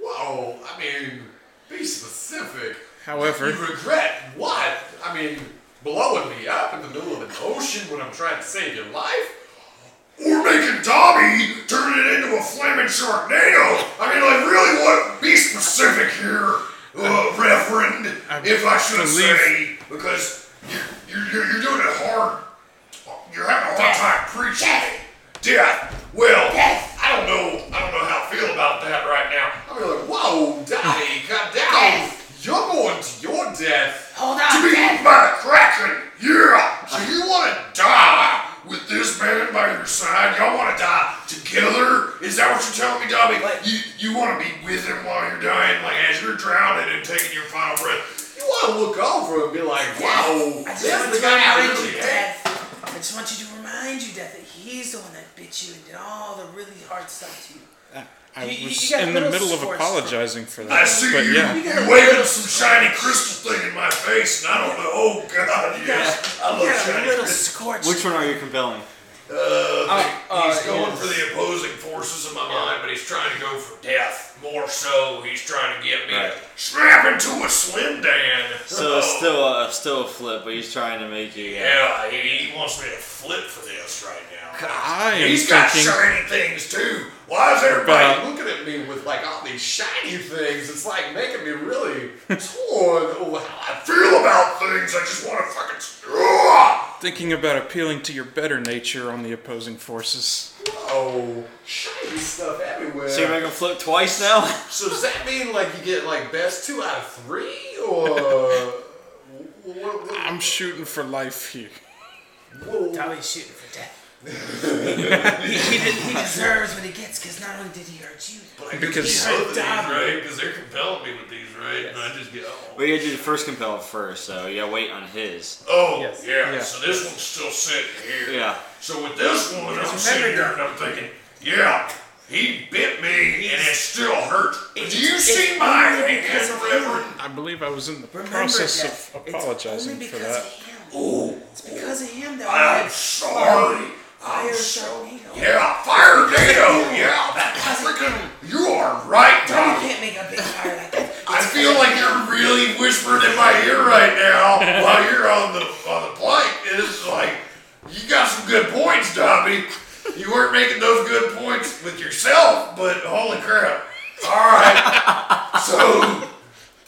Speaker 4: Whoa, Oh, I mean, be specific.
Speaker 3: However-
Speaker 4: you regret what? I mean, blowing me up in the middle of an ocean when I'm trying to save your life, or making Tommy turn it into a flaming tornado. I mean, like, really, what? Be specific here, uh, Reverend,
Speaker 3: I
Speaker 4: if I should
Speaker 3: believe-
Speaker 4: say, because you, you, you're you're doing it hard. You're having a hard time preaching. it. Death. Well,
Speaker 6: Death.
Speaker 4: I don't know. I don't know how I feel about that right now. I mean, like, whoa, Daddy, calm down. You're going to your death
Speaker 6: Hold
Speaker 4: to
Speaker 6: on,
Speaker 4: be
Speaker 6: Dad.
Speaker 4: eaten by a kraken. Yeah. So you want to die with this man by your side? Y'all want to die together? Is that what you're telling me, Dobby? You you want to be with him while you're dying, like as you're drowning and taking your final breath. You want to look over and be like, wow,
Speaker 7: I
Speaker 4: this
Speaker 7: just want
Speaker 4: is
Speaker 7: to
Speaker 4: the guy I
Speaker 7: remind
Speaker 4: really
Speaker 7: you,
Speaker 4: am.
Speaker 7: Death. I just want you to remind you, Death, that he's the one that bit you and did all the really hard stuff to you.
Speaker 3: I
Speaker 7: You- you-
Speaker 3: was
Speaker 7: you got
Speaker 3: in the
Speaker 7: middle
Speaker 3: middle of
Speaker 7: scores.
Speaker 3: apologizing for that.
Speaker 4: I see
Speaker 3: but
Speaker 4: you,
Speaker 3: yeah.
Speaker 4: you waving some shiny crystal thing in my face, and I don't know. Oh God, yes, I
Speaker 7: You
Speaker 4: love
Speaker 7: got a
Speaker 4: shiny
Speaker 7: little
Speaker 4: crystals.
Speaker 7: scorch.
Speaker 1: Which one are you compelling?
Speaker 4: Uh,
Speaker 5: Uh,
Speaker 4: he's
Speaker 5: uh,
Speaker 4: going
Speaker 5: yes.
Speaker 4: for the opposing forces in my mind, but he's trying to go for death more so. He's trying to get me
Speaker 1: Right.
Speaker 4: to snap into a slim dan.
Speaker 1: So
Speaker 4: Oh,
Speaker 1: it's still a still a flip, but he's trying to make you. uh,
Speaker 4: yeah, he, he wants me to flip for this right now.
Speaker 3: I am
Speaker 4: He's got
Speaker 3: thinking.
Speaker 4: shiny things too. Why is everybody
Speaker 3: But- uh,
Speaker 4: looking at me with like all these shiny things? It's like making me really torn over how I feel about things. I just want to fucking. Oh,
Speaker 3: Thinking about appealing to your better nature on the opposing forces.
Speaker 4: Oh, shiny stuff everywhere.
Speaker 1: So you're making flip twice now.
Speaker 4: So does that mean like you get like best two out of three, or what, what,
Speaker 3: I'm shooting for life here.
Speaker 4: what,
Speaker 7: Dolly's shooting for death. he, he, de- he deserves what he gets because not only did he hurt you,
Speaker 3: Because-
Speaker 4: right? Because they're compelling me with these, right? And I just get oh,
Speaker 1: Well, you had to do the first compel first, so you gotta wait on his.
Speaker 4: oh
Speaker 5: Yes.
Speaker 4: yeah,
Speaker 5: Yeah.
Speaker 4: So this one's still sitting here.
Speaker 1: Yeah.
Speaker 4: So with this one, I'm sitting here and I'm thinking, yeah, he bit me and it still hurts. Do you see my hand, Reverend?
Speaker 3: I believe I was in the
Speaker 7: remember
Speaker 3: process
Speaker 7: death.
Speaker 3: of
Speaker 7: it's
Speaker 3: apologizing
Speaker 7: only
Speaker 3: for
Speaker 7: because
Speaker 3: that.
Speaker 7: Of him.
Speaker 4: Oh,
Speaker 7: It's because of him that we
Speaker 4: I'm
Speaker 7: had
Speaker 4: sorry. I'm
Speaker 7: fire
Speaker 4: sorry.
Speaker 7: tornado.
Speaker 4: Yeah, fire NATO. Yeah, that freaking. You are right,
Speaker 7: You
Speaker 4: Doc.
Speaker 7: can't make a big fire like that.
Speaker 4: I feel like you're really whispering in my ear right now while you're on the on the plank. It's like you got some good points, Dobby. You weren't making those good points with yourself, but holy crap! All right, so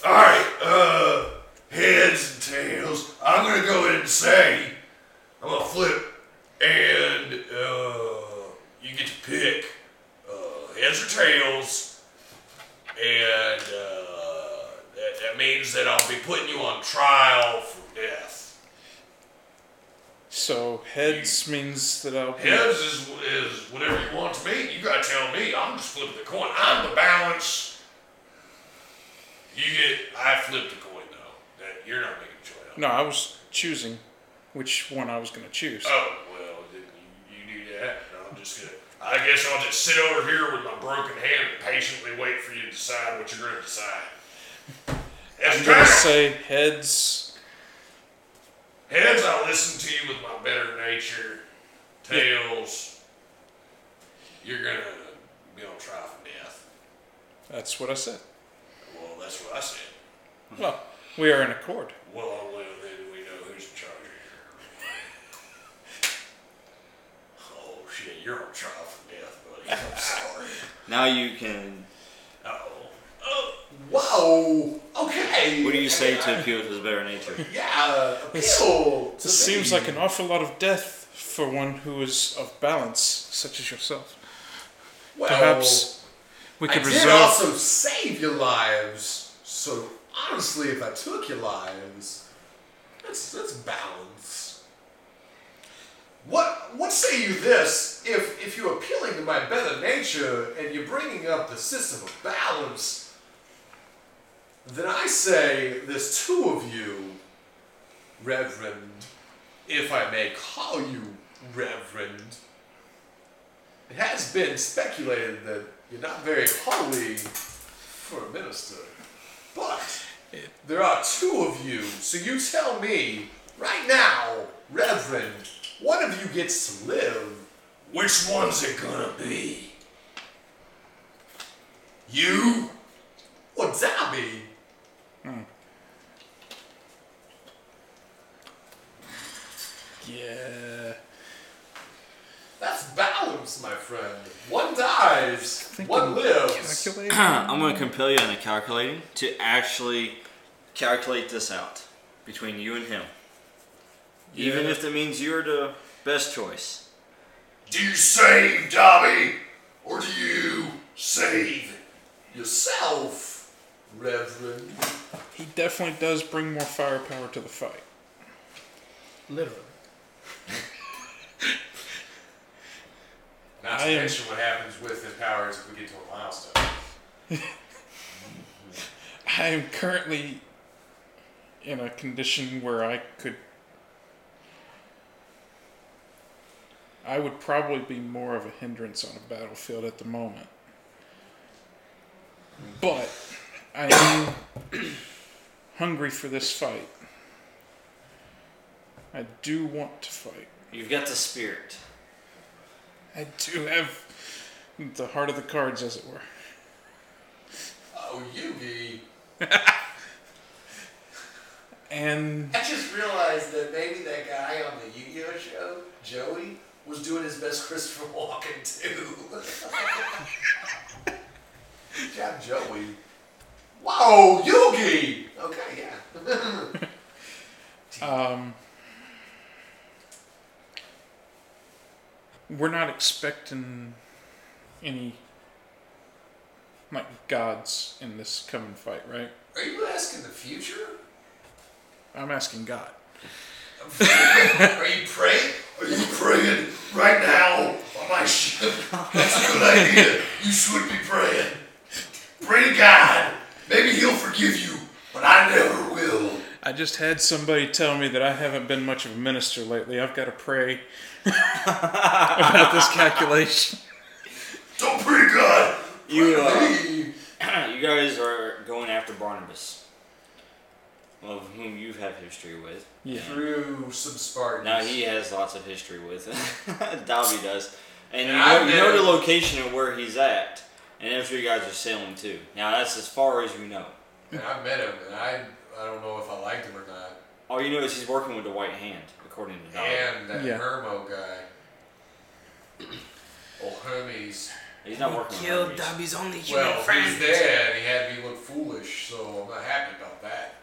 Speaker 4: all right, uh, heads and tails. I'm gonna go ahead and say I'm gonna flip, and uh, you get to pick uh, heads or tails and uh, that, that means that I'll be putting you on trial for death.
Speaker 3: So heads means that I'll be.
Speaker 4: Heads is, is whatever you want to me. You gotta tell me. I'm just flipping the coin. I'm the balance. You get. I flipped the coin though. That you're not making a choice.
Speaker 3: No, I was choosing which one I was going to choose.
Speaker 4: Oh well, then you, you do that. And I'm just gonna. I guess I'll just sit over here with my broken hand and patiently wait for you to decide what you're gonna decide. That's
Speaker 3: I'm going to
Speaker 4: fair.
Speaker 3: say heads.
Speaker 4: Heads, I listen to you with my better nature. Tails, you're gonna be on trial for death.
Speaker 3: That's what I said.
Speaker 4: Well, that's what I said.
Speaker 3: Well, we are in accord.
Speaker 4: Well, only then we know who's in charge here. Oh shit, you're on trial for death, buddy. I'm sorry.
Speaker 1: Now you can.
Speaker 4: Uh-oh. Oh, whoa. Okay.
Speaker 1: What do you say to appeal to his better nature?
Speaker 4: Yeah. Appeal.
Speaker 3: This seems like an awful lot of death for one who is of balance, such as yourself. Perhaps we
Speaker 4: I
Speaker 3: could
Speaker 4: did
Speaker 3: resolve.
Speaker 4: also save your lives. So honestly, if I took your lives, that's that's balance. What what say you this? If if you're appealing to my better nature and you're bringing up the system of balance, then I say there's two of you, Reverend, if I may call you Reverend. It has been speculated that you're not very holy for a minister, but there are two of you, so you tell me right now, Reverend, one of you gets to live. Which one's it gonna be? You Hmm. zombie.
Speaker 3: Yeah.
Speaker 4: That's balance, my friend. One dies, one lives.
Speaker 1: I'm gonna compel you on the calculating to actually calculate this out between you and him. Even if that means you're the best choice.
Speaker 4: Do you save Dobby, or do you save yourself, Reverend?
Speaker 3: He definitely does bring more firepower to the fight.
Speaker 5: Literally.
Speaker 4: Not
Speaker 3: I
Speaker 4: to
Speaker 3: am-
Speaker 4: mention what happens with his powers if we get to a milestone.
Speaker 3: I am currently in a condition where I could. I would probably be more of a hindrance on a battlefield at the moment. But I am hungry for this fight. I do want to fight.
Speaker 1: You've got the spirit.
Speaker 3: I do have the heart of the cards, as it were.
Speaker 4: Oh, Yugi.
Speaker 3: And
Speaker 4: I just realized that maybe that guy on the Yu-Gi-Oh show, Joey, was doing his best Christopher Walken too. Good job, Joey. Whoa, Yugi! Okay, yeah.
Speaker 3: Um, we're not expecting any like gods in this coming fight, right?
Speaker 4: Are you asking the future?
Speaker 3: I'm asking God.
Speaker 4: Are you praying? Are you praying right now on my ship? That's a good idea. You should be praying. Pray to God. Maybe He'll forgive you, but I never will.
Speaker 3: I just had somebody tell me that I haven't been much of a minister lately. I've got to pray about this calculation.
Speaker 4: Don't pray to God.
Speaker 1: You uh,
Speaker 4: Hey.
Speaker 1: you guys are going after Barnabas, of whom you have history with.
Speaker 3: Yeah.
Speaker 4: Through some Spartans.
Speaker 1: Now he has lots of history with Dobby does, and you
Speaker 4: And I've
Speaker 1: know, you know
Speaker 4: never-
Speaker 1: the location of where he's at, and that's where you guys are sailing to. Now that's as far as you know.
Speaker 4: And I met him, and I I don't know if I liked him or not.
Speaker 1: All you know is he's working with the White Hand, according to Dobby.
Speaker 4: And that
Speaker 3: Yeah.
Speaker 4: Hermo guy. Oh, Hermes.
Speaker 1: He's not working with
Speaker 7: Killed
Speaker 1: Hermes.
Speaker 7: Dobby's only human
Speaker 4: Well,
Speaker 7: friend.
Speaker 4: he's there, and he had me look foolish, so I'm not happy about that.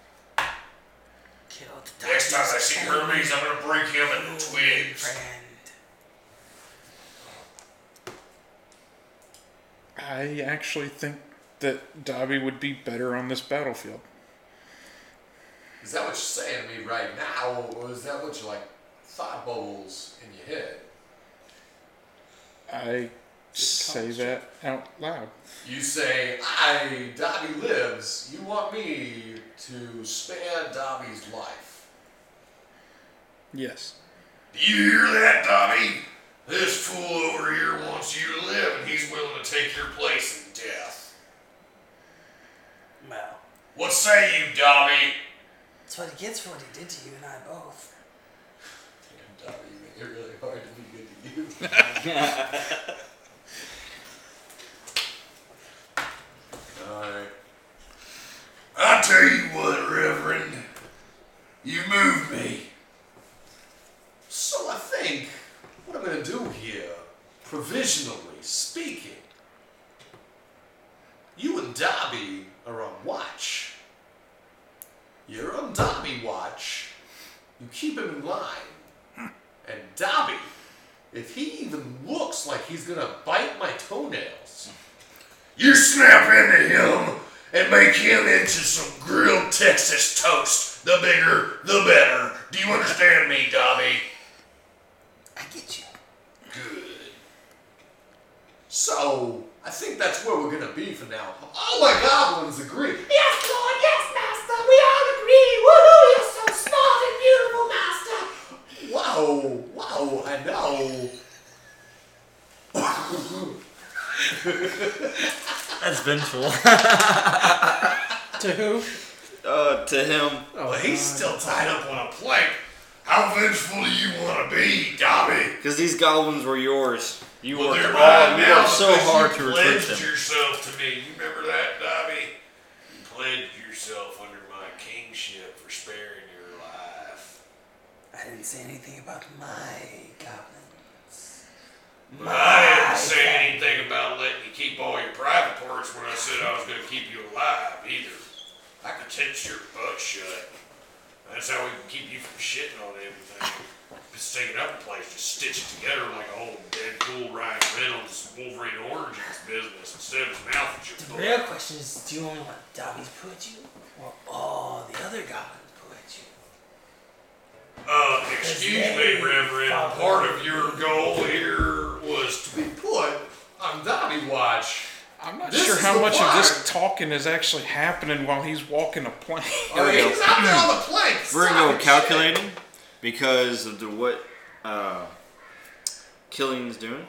Speaker 7: Killed
Speaker 4: Next time I
Speaker 7: Dobby's
Speaker 4: see
Speaker 7: only
Speaker 4: Hermes, I'm gonna break him into twigs.
Speaker 7: Friend.
Speaker 3: I actually think that Dobby would be better on this battlefield.
Speaker 4: Is that what you're saying to me right now, or is that what you like thought bubbles in your head?
Speaker 3: I say that out loud.
Speaker 4: You say, I, Dobby lives. You want me to spare Dobby's life.
Speaker 3: Yes.
Speaker 4: Do you hear that, Dobby? This fool over here wants you to live, and he's willing to take your place in death.
Speaker 7: Well,
Speaker 4: What say you, Dobby?
Speaker 7: that's what he gets for what he did to you and I both.
Speaker 4: Damn, Dobby, you make it really hard to be good to you. Alright. I tell you what, Reverend. You moved me. So I think what I'm gonna do here, provisionally speaking, you and Dobby are on watch. You're on Dobby watch. You keep him in line. And Dobby, if he even looks like he's gonna bite my toenails, you snap into him and make him into some grilled Texas toast. The bigger, the better. Do you understand me, Dobby?
Speaker 7: I get you.
Speaker 4: Good. So, I think that's where we're gonna be for now. All my goblins agree.
Speaker 6: Yes, Lord, yes, Master. We all agree. Woohoo, you're so smart and beautiful, Master.
Speaker 4: Wow, wow, I know.
Speaker 1: That's vengeful.
Speaker 5: To who?
Speaker 1: uh, to him,
Speaker 5: Oh,
Speaker 4: But he's still tied up on a plank. How vengeful do you want to be, Dobby?
Speaker 1: because these goblins were yours. You
Speaker 4: Well,
Speaker 1: worked
Speaker 4: they're
Speaker 1: hard.
Speaker 4: mine
Speaker 1: You
Speaker 4: now
Speaker 1: worked so
Speaker 4: because
Speaker 1: hard
Speaker 4: you
Speaker 1: to recruit
Speaker 4: pledged
Speaker 1: them.
Speaker 4: yourself to me. You remember that, Dobby? You pledged
Speaker 8: yourself under my kingship for sparing your life.
Speaker 7: I didn't say anything about my goblin.
Speaker 8: But I didn't say anything about letting you keep all your private parts when I said I was going to keep you alive either. I could tense your butt shut. That's how we can keep you from shitting on everything. Just take it up a place, just stitch it together like a whole Deadpool Ryan Reynolds Wolverine Origins business instead of his mouth at your
Speaker 7: The
Speaker 8: butt.
Speaker 7: real question is do you only want Dobby's put you or all the other goblins put you?
Speaker 8: Uh, excuse me, Reverend. Part of your goal here was to
Speaker 4: Be put on Dobby Watch.
Speaker 3: I'm not
Speaker 4: This
Speaker 3: sure
Speaker 4: is
Speaker 3: how
Speaker 4: the
Speaker 3: much of
Speaker 4: part.
Speaker 3: this talking is actually happening while he's walking a plane.
Speaker 4: I
Speaker 1: we
Speaker 4: mean,
Speaker 1: go.
Speaker 4: he's out there on the plank.
Speaker 1: We're gonna go
Speaker 4: stop it, shit.
Speaker 1: calculating because of the what uh, Killing's doing.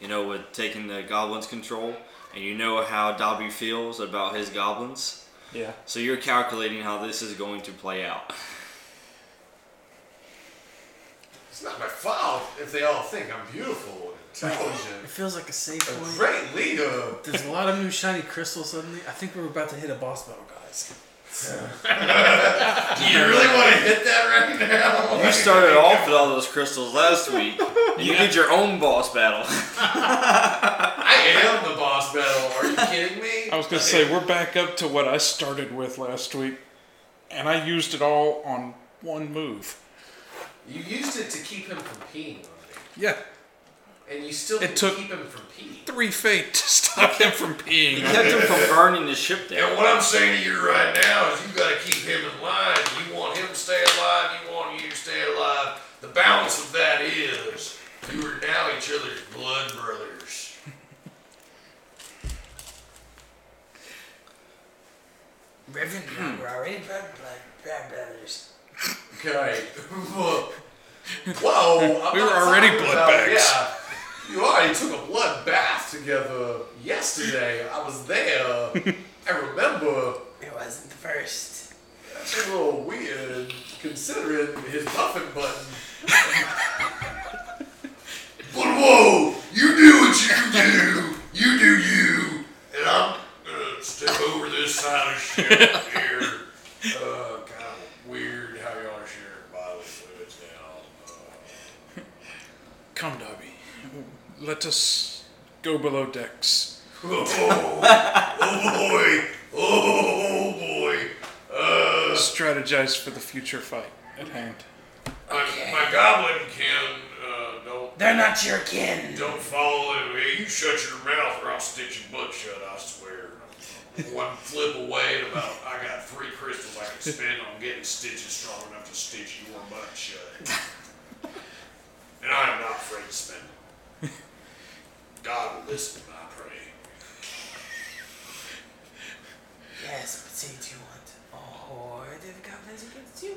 Speaker 1: You know, with taking the goblins' control, and you know how Dobby feels about his goblins.
Speaker 3: Yeah.
Speaker 1: So you're calculating how this is going to play out.
Speaker 4: It's not my fault if they all think I'm beautiful and
Speaker 5: It
Speaker 4: intelligent.
Speaker 5: feels like a safe
Speaker 4: a
Speaker 5: point.
Speaker 4: great leader.
Speaker 5: There's a lot of new shiny crystals suddenly. I think we're about to hit a boss battle, guys.
Speaker 4: Do you really want to hit that right now?
Speaker 1: You started off with all those crystals last week, and you did your own boss battle.
Speaker 4: I am the boss battle. Are you kidding me?
Speaker 3: I was gonna say we're back up to what I started with last week, and I used it all on one move.
Speaker 4: You used it to keep him from peeing on
Speaker 3: Yeah.
Speaker 4: me, and you still
Speaker 3: It
Speaker 4: didn't
Speaker 3: took-
Speaker 4: keep him from peeing.
Speaker 3: Three fate to stop him from
Speaker 1: You
Speaker 3: peeing.
Speaker 1: kept him from burning his ship down.
Speaker 8: And what I'm saying to you right now is you gotta keep him in line. You want him to stay alive, you want you to stay alive. The balance of that is you are now each other's blood brothers.
Speaker 7: Reverend, we're already blood, blood, blood brothers.
Speaker 4: Okay. Whoa. Whoa. I'm
Speaker 3: We were
Speaker 4: not
Speaker 3: already
Speaker 4: talking
Speaker 3: blood
Speaker 4: about-
Speaker 3: bags.
Speaker 4: Yeah. You already took a blood bath together yesterday. I was there. I remember.
Speaker 7: It wasn't the first.
Speaker 4: That's a little weird considering his muffin button.
Speaker 8: But whoa, you do what you do, you do you, and I'm gonna step over this side of shit here. Uh, kind of weird how y'all are sharing bodily fluids now. Uh,
Speaker 3: Come, Dobby. Let us go below decks.
Speaker 8: Oh, oh boy. Oh boy. Uh,
Speaker 3: Strategize for the future fight at hand.
Speaker 8: my, my goblin can uh, don't
Speaker 7: They're not your kin.
Speaker 8: don't follow him. Hey, You shut your mouth or I'll stitch your butt shut. I swear. One flip away and about I got three crystals I can spend on getting stitches strong enough to stitch your butt shut. And I am not afraid to spend them. God will listen, I pray.
Speaker 7: Yes, but say, do you want a horde of goblins against you?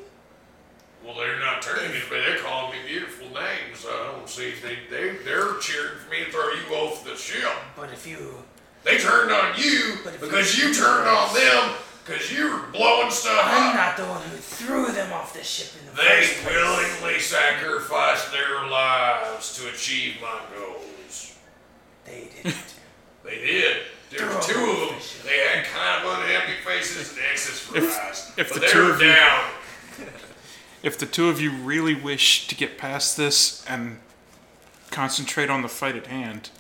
Speaker 8: Well, they're not turning me, but they're calling me beautiful names. I don't see they they they're cheering for me to throw you off the ship.
Speaker 7: But if you
Speaker 8: They turned on you
Speaker 7: But if
Speaker 8: because
Speaker 7: you-
Speaker 8: you turned on them because you were blowing stuff
Speaker 7: I'm
Speaker 8: up.
Speaker 7: not the one who threw them off the ship in the
Speaker 8: They
Speaker 7: first place.
Speaker 8: willingly sacrificed their lives to achieve my goals.
Speaker 7: They didn't.
Speaker 8: They did. There were two of them. They had kind of unhappy faces and exes for eyes,
Speaker 3: if the
Speaker 8: but they
Speaker 3: two
Speaker 8: were
Speaker 3: of you-
Speaker 8: down.
Speaker 3: If the two of you really wish to get past this and concentrate on the fight at hand,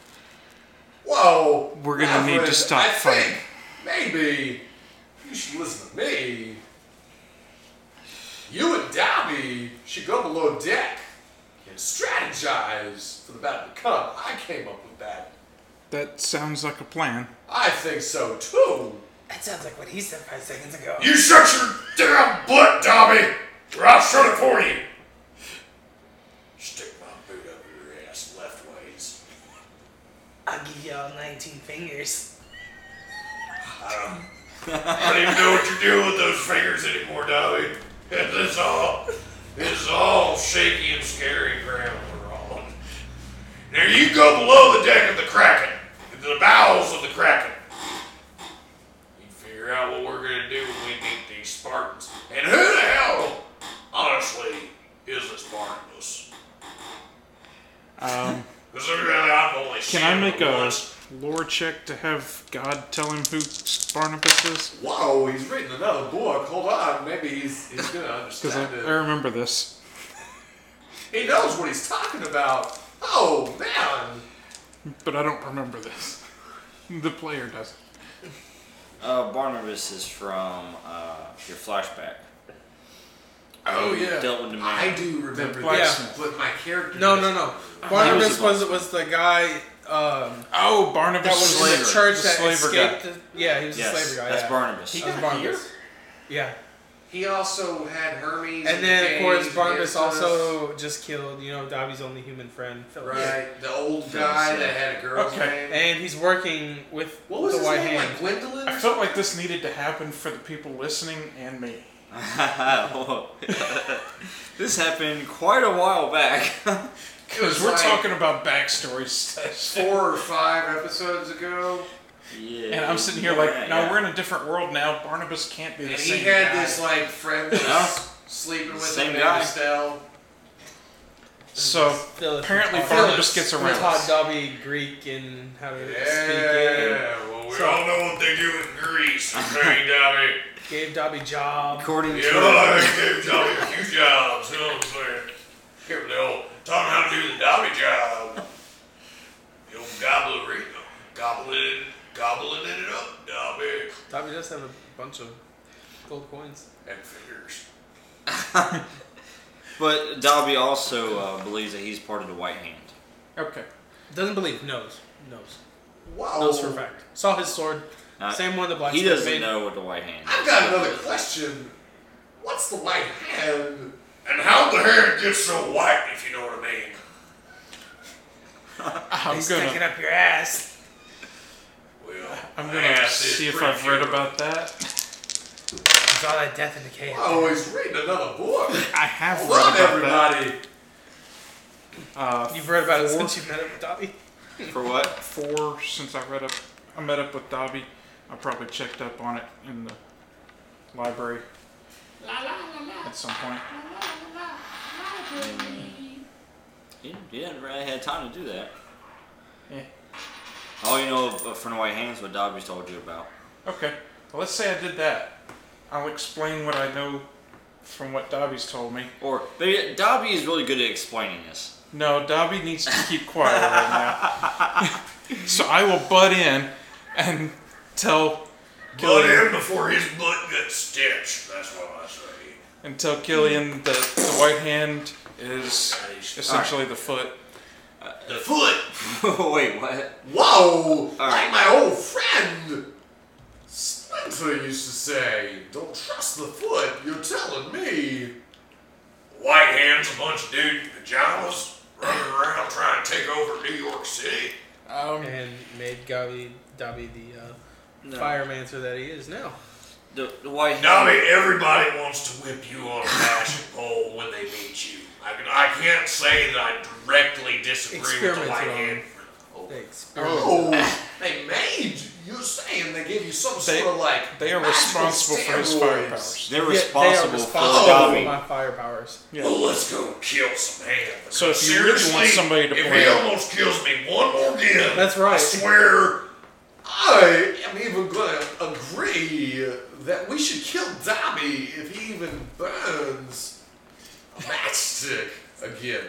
Speaker 4: Whoa.
Speaker 3: We're gonna need to
Speaker 4: Alfred,
Speaker 3: stop
Speaker 4: I
Speaker 3: fighting.
Speaker 4: Think maybe you should listen to me. You and Dobby should go below deck and strategize for the battle to come. I came up with that.
Speaker 3: that sounds like a plan.
Speaker 4: I think so too.
Speaker 7: That sounds like what he said five seconds ago.
Speaker 8: You shut your damn butt, Dobby, or I'll shut it for you. Stick my boot up your ass left ways.
Speaker 7: I'll give y'all 19 fingers.
Speaker 8: I don't even know what you're doing with those fingers anymore, Dobby. It's all, it's all shaky and scary ground we're on. Now you go below the deck of the Kraken, the bowels of the Kraken. You figure out what we're gonna do when we meet these Spartans. And who the hell, honestly, is a Spartans?
Speaker 3: Um,
Speaker 8: Because I've only seen
Speaker 3: can I
Speaker 8: him
Speaker 3: make a
Speaker 8: once.
Speaker 3: lore check to have God tell him who s- Barnabas is?
Speaker 4: Whoa, he's reading another book. Hold on, maybe he's he's gonna
Speaker 3: Because I,
Speaker 4: understand
Speaker 5: er
Speaker 3: I
Speaker 4: it.
Speaker 3: remember this.
Speaker 4: He knows what he's talking about. Oh man,
Speaker 3: But I don't remember this. The player doesn't.
Speaker 1: Uh, Barnabas is from uh, your flashback.
Speaker 4: Oh,
Speaker 1: You
Speaker 4: yeah.
Speaker 1: Dealt with the man.
Speaker 4: I do remember this,
Speaker 3: blacksmith.
Speaker 4: but my character.
Speaker 5: No, no,
Speaker 4: doesn't.
Speaker 5: no.
Speaker 1: He was
Speaker 5: Barnabas
Speaker 1: the
Speaker 5: was was the guy um,
Speaker 3: Oh, Barnabas
Speaker 5: that was
Speaker 1: slaver.
Speaker 5: in the church
Speaker 3: The
Speaker 5: that
Speaker 3: slaver guy.
Speaker 5: escaped. The, yeah, he was
Speaker 1: Yes,
Speaker 5: a slaver guy.
Speaker 1: that's
Speaker 5: yeah.
Speaker 1: Barnabas.
Speaker 4: He
Speaker 5: That was
Speaker 4: got
Speaker 5: Barnabas.
Speaker 4: here?
Speaker 5: Yeah,
Speaker 4: He also had Hermes. in
Speaker 5: and
Speaker 4: the
Speaker 5: then of
Speaker 4: cage
Speaker 5: course
Speaker 4: against us.
Speaker 5: Barnabas also just killed you know Dobby's only human friend Philip.
Speaker 4: Right, the old guy that had a girl's
Speaker 3: Okay.
Speaker 4: name.
Speaker 5: And he's working with
Speaker 4: What was
Speaker 5: the
Speaker 4: his
Speaker 5: white
Speaker 4: name?
Speaker 5: hand.
Speaker 4: Like Gwendolyn?
Speaker 3: I felt like this needed to happen for the people listening and me.
Speaker 1: this happened quite a while back.
Speaker 3: Because we're talking about backstory stuff.
Speaker 4: four or five episodes ago,
Speaker 1: yeah.
Speaker 3: And I'm sitting here like, no, we're in a different world now. Barnabas can't be the
Speaker 4: and
Speaker 3: same
Speaker 4: he had
Speaker 3: guy.
Speaker 4: this like friend that
Speaker 1: Huh?
Speaker 4: was sleeping with
Speaker 1: Same
Speaker 4: him named
Speaker 1: guy.
Speaker 4: Estelle.
Speaker 3: so
Speaker 5: Philip
Speaker 3: apparently
Speaker 5: taught-
Speaker 3: Barnabas gets
Speaker 5: Philip
Speaker 3: around.
Speaker 5: taught Dobby Greek and how to speak
Speaker 4: Yeah, well, we
Speaker 8: We all know what they do in Greece, okay, Dobby?
Speaker 5: and gave Dobby job.
Speaker 1: According to
Speaker 8: Yeah, I gave Dobby a few jobs, you know what I'm saying? Give him the old, taught him how to do the Dobby job. The old gobblerino. Gobbling, gobbling it up, Dobby.
Speaker 5: Dobby does have a bunch of gold coins.
Speaker 8: And figures.
Speaker 1: But Dobby also uh, believes that he's part of the White Hand.
Speaker 3: Okay.
Speaker 5: Doesn't believe. Knows. Knows.
Speaker 4: wow.
Speaker 5: Knows for a fact. Saw his sword.
Speaker 1: Uh,
Speaker 5: Same one the black.
Speaker 1: He doesn't know what the White Hand is.
Speaker 4: I've got another question. What's the white hand?
Speaker 8: And how the hair gets so white, if you know what I mean.
Speaker 3: I'm
Speaker 7: Stick it
Speaker 3: gonna,
Speaker 7: up your ass.
Speaker 8: Well,
Speaker 3: I'm
Speaker 8: my
Speaker 3: gonna
Speaker 8: ass is
Speaker 3: see if
Speaker 8: pretty
Speaker 3: I've read
Speaker 8: pure.
Speaker 3: about that.
Speaker 7: It's all that death in the cave.
Speaker 4: Oh, he's reading another book.
Speaker 3: I have
Speaker 4: Hold
Speaker 3: read
Speaker 4: on,
Speaker 3: about that.
Speaker 4: everybody.
Speaker 3: Uh,
Speaker 5: You've read about it since you met up with Dobby.
Speaker 1: For what?
Speaker 3: four since I read up. I met up with Dobby. I probably checked up on it in the library at some point.
Speaker 1: He, he didn't really had time to do that.
Speaker 3: Yeah.
Speaker 1: All you know of, uh, from the White Hand is what Dobby's told you about.
Speaker 3: Okay. Well, let's say I did that. I'll explain what I know from what Dobby's told me.
Speaker 1: Or but Dobby is really good at explaining this.
Speaker 3: No, Dobby needs to keep quiet right now. so I will butt in and tell
Speaker 8: Butt
Speaker 3: Killian,
Speaker 8: in before his butt gets stitched. That's what I say.
Speaker 3: and tell Killian that the white hand is essentially the foot.
Speaker 8: The foot.
Speaker 1: Wait, what?
Speaker 4: Whoa!
Speaker 1: right.
Speaker 4: Like my old friend Splinter used to say, don't trust the foot, you're telling me.
Speaker 8: White hands a bunch of dude in pajamas running around trying to take over New York City.
Speaker 3: Um,
Speaker 5: And made Dobby Dobby the uh,
Speaker 1: No.
Speaker 5: firemancer that he is now.
Speaker 1: The, the White Hand.
Speaker 8: Dobby, everybody wants to whip you on a fashion pole when they meet you. I, can, I can't say that I directly disagree with the
Speaker 5: Experiment
Speaker 8: white
Speaker 5: on
Speaker 8: hand.
Speaker 5: Thanks.
Speaker 4: Oh, they made you're saying they gave you some
Speaker 3: They-
Speaker 4: sort of like
Speaker 3: they are
Speaker 4: magical
Speaker 3: responsible for his
Speaker 4: steroids.
Speaker 3: firepowers.
Speaker 1: They're
Speaker 5: Yeah,
Speaker 1: responsible,
Speaker 5: they are
Speaker 1: for
Speaker 5: responsible
Speaker 1: Dobby.
Speaker 5: for my fire powers.
Speaker 8: Well, let's go kill some hands.
Speaker 3: So if you really want
Speaker 8: Seriously,
Speaker 3: somebody to
Speaker 8: if
Speaker 3: play-
Speaker 8: he almost kills me one more time,
Speaker 5: That's right.
Speaker 8: I swear.
Speaker 4: I am even gonna agree that we should kill Dobby if he even burns a matchstick again.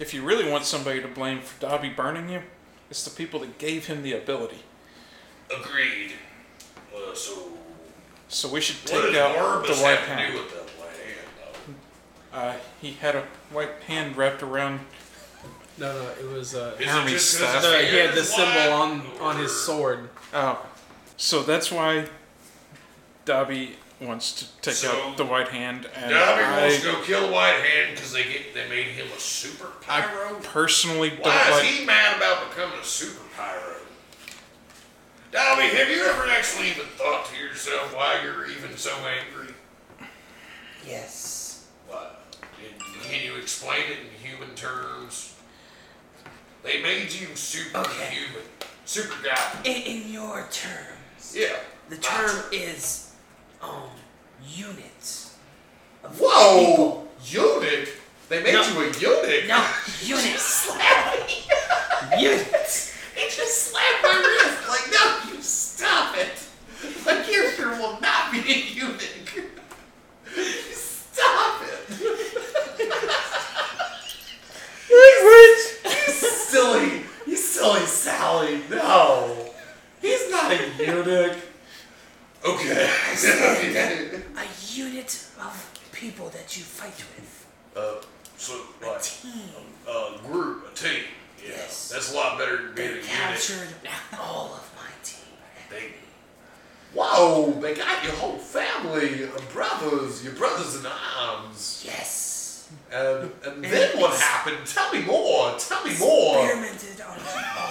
Speaker 3: If you really want somebody to blame for Dobby burning you, it's the people that gave him the ability.
Speaker 8: Agreed. Uh, so
Speaker 3: So we should
Speaker 8: what
Speaker 3: take
Speaker 8: does
Speaker 3: out the
Speaker 8: Barbus
Speaker 3: white
Speaker 8: have to do
Speaker 3: hand.
Speaker 8: with the white hand? Though?
Speaker 3: Uh, he had a white hand wrapped around.
Speaker 5: No, no, it was. Uh,
Speaker 8: Is it
Speaker 3: Hermes
Speaker 8: just 'cause
Speaker 3: staff.
Speaker 5: no,
Speaker 8: his
Speaker 5: he had
Speaker 8: hand
Speaker 5: the
Speaker 8: is
Speaker 5: symbol on
Speaker 8: white,
Speaker 5: on his
Speaker 8: or-
Speaker 5: sword.
Speaker 3: Oh, so that's why Dobby wants to take
Speaker 8: So-
Speaker 3: out the white hand, and
Speaker 8: Dobby wants to
Speaker 3: I
Speaker 8: go kill White Hand because they get they made him a super pyro.
Speaker 3: personally don't
Speaker 8: Why is
Speaker 3: like.
Speaker 8: he mad about becoming a super pyro? Dobby, have you ever actually even thought to yourself why you're even so angry?
Speaker 7: Yes.
Speaker 8: What? Can- Can you explain it in human terms? They made you superhuman, super guy.
Speaker 7: In, in your terms,
Speaker 8: Yeah.
Speaker 7: the
Speaker 8: my
Speaker 7: term is um units. of people.
Speaker 4: Whoa! Eunuch? They made you a eunuch?
Speaker 7: No, units. units.
Speaker 4: He just slapped my wrist. Like, no, you stop it.
Speaker 7: unit of people that you fight with.
Speaker 8: Uh, so
Speaker 7: A
Speaker 8: like
Speaker 7: team.
Speaker 8: a group, a team. Yeah,
Speaker 7: Yes.
Speaker 8: that's a lot better than being a
Speaker 7: They
Speaker 8: unit.
Speaker 7: captured all of my team.
Speaker 8: They,
Speaker 4: Whoa, they got your whole family, your brothers, your brothers in arms.
Speaker 7: Yes.
Speaker 4: And, and then what happened? Tell me more. Tell me more.
Speaker 7: Experimented on you.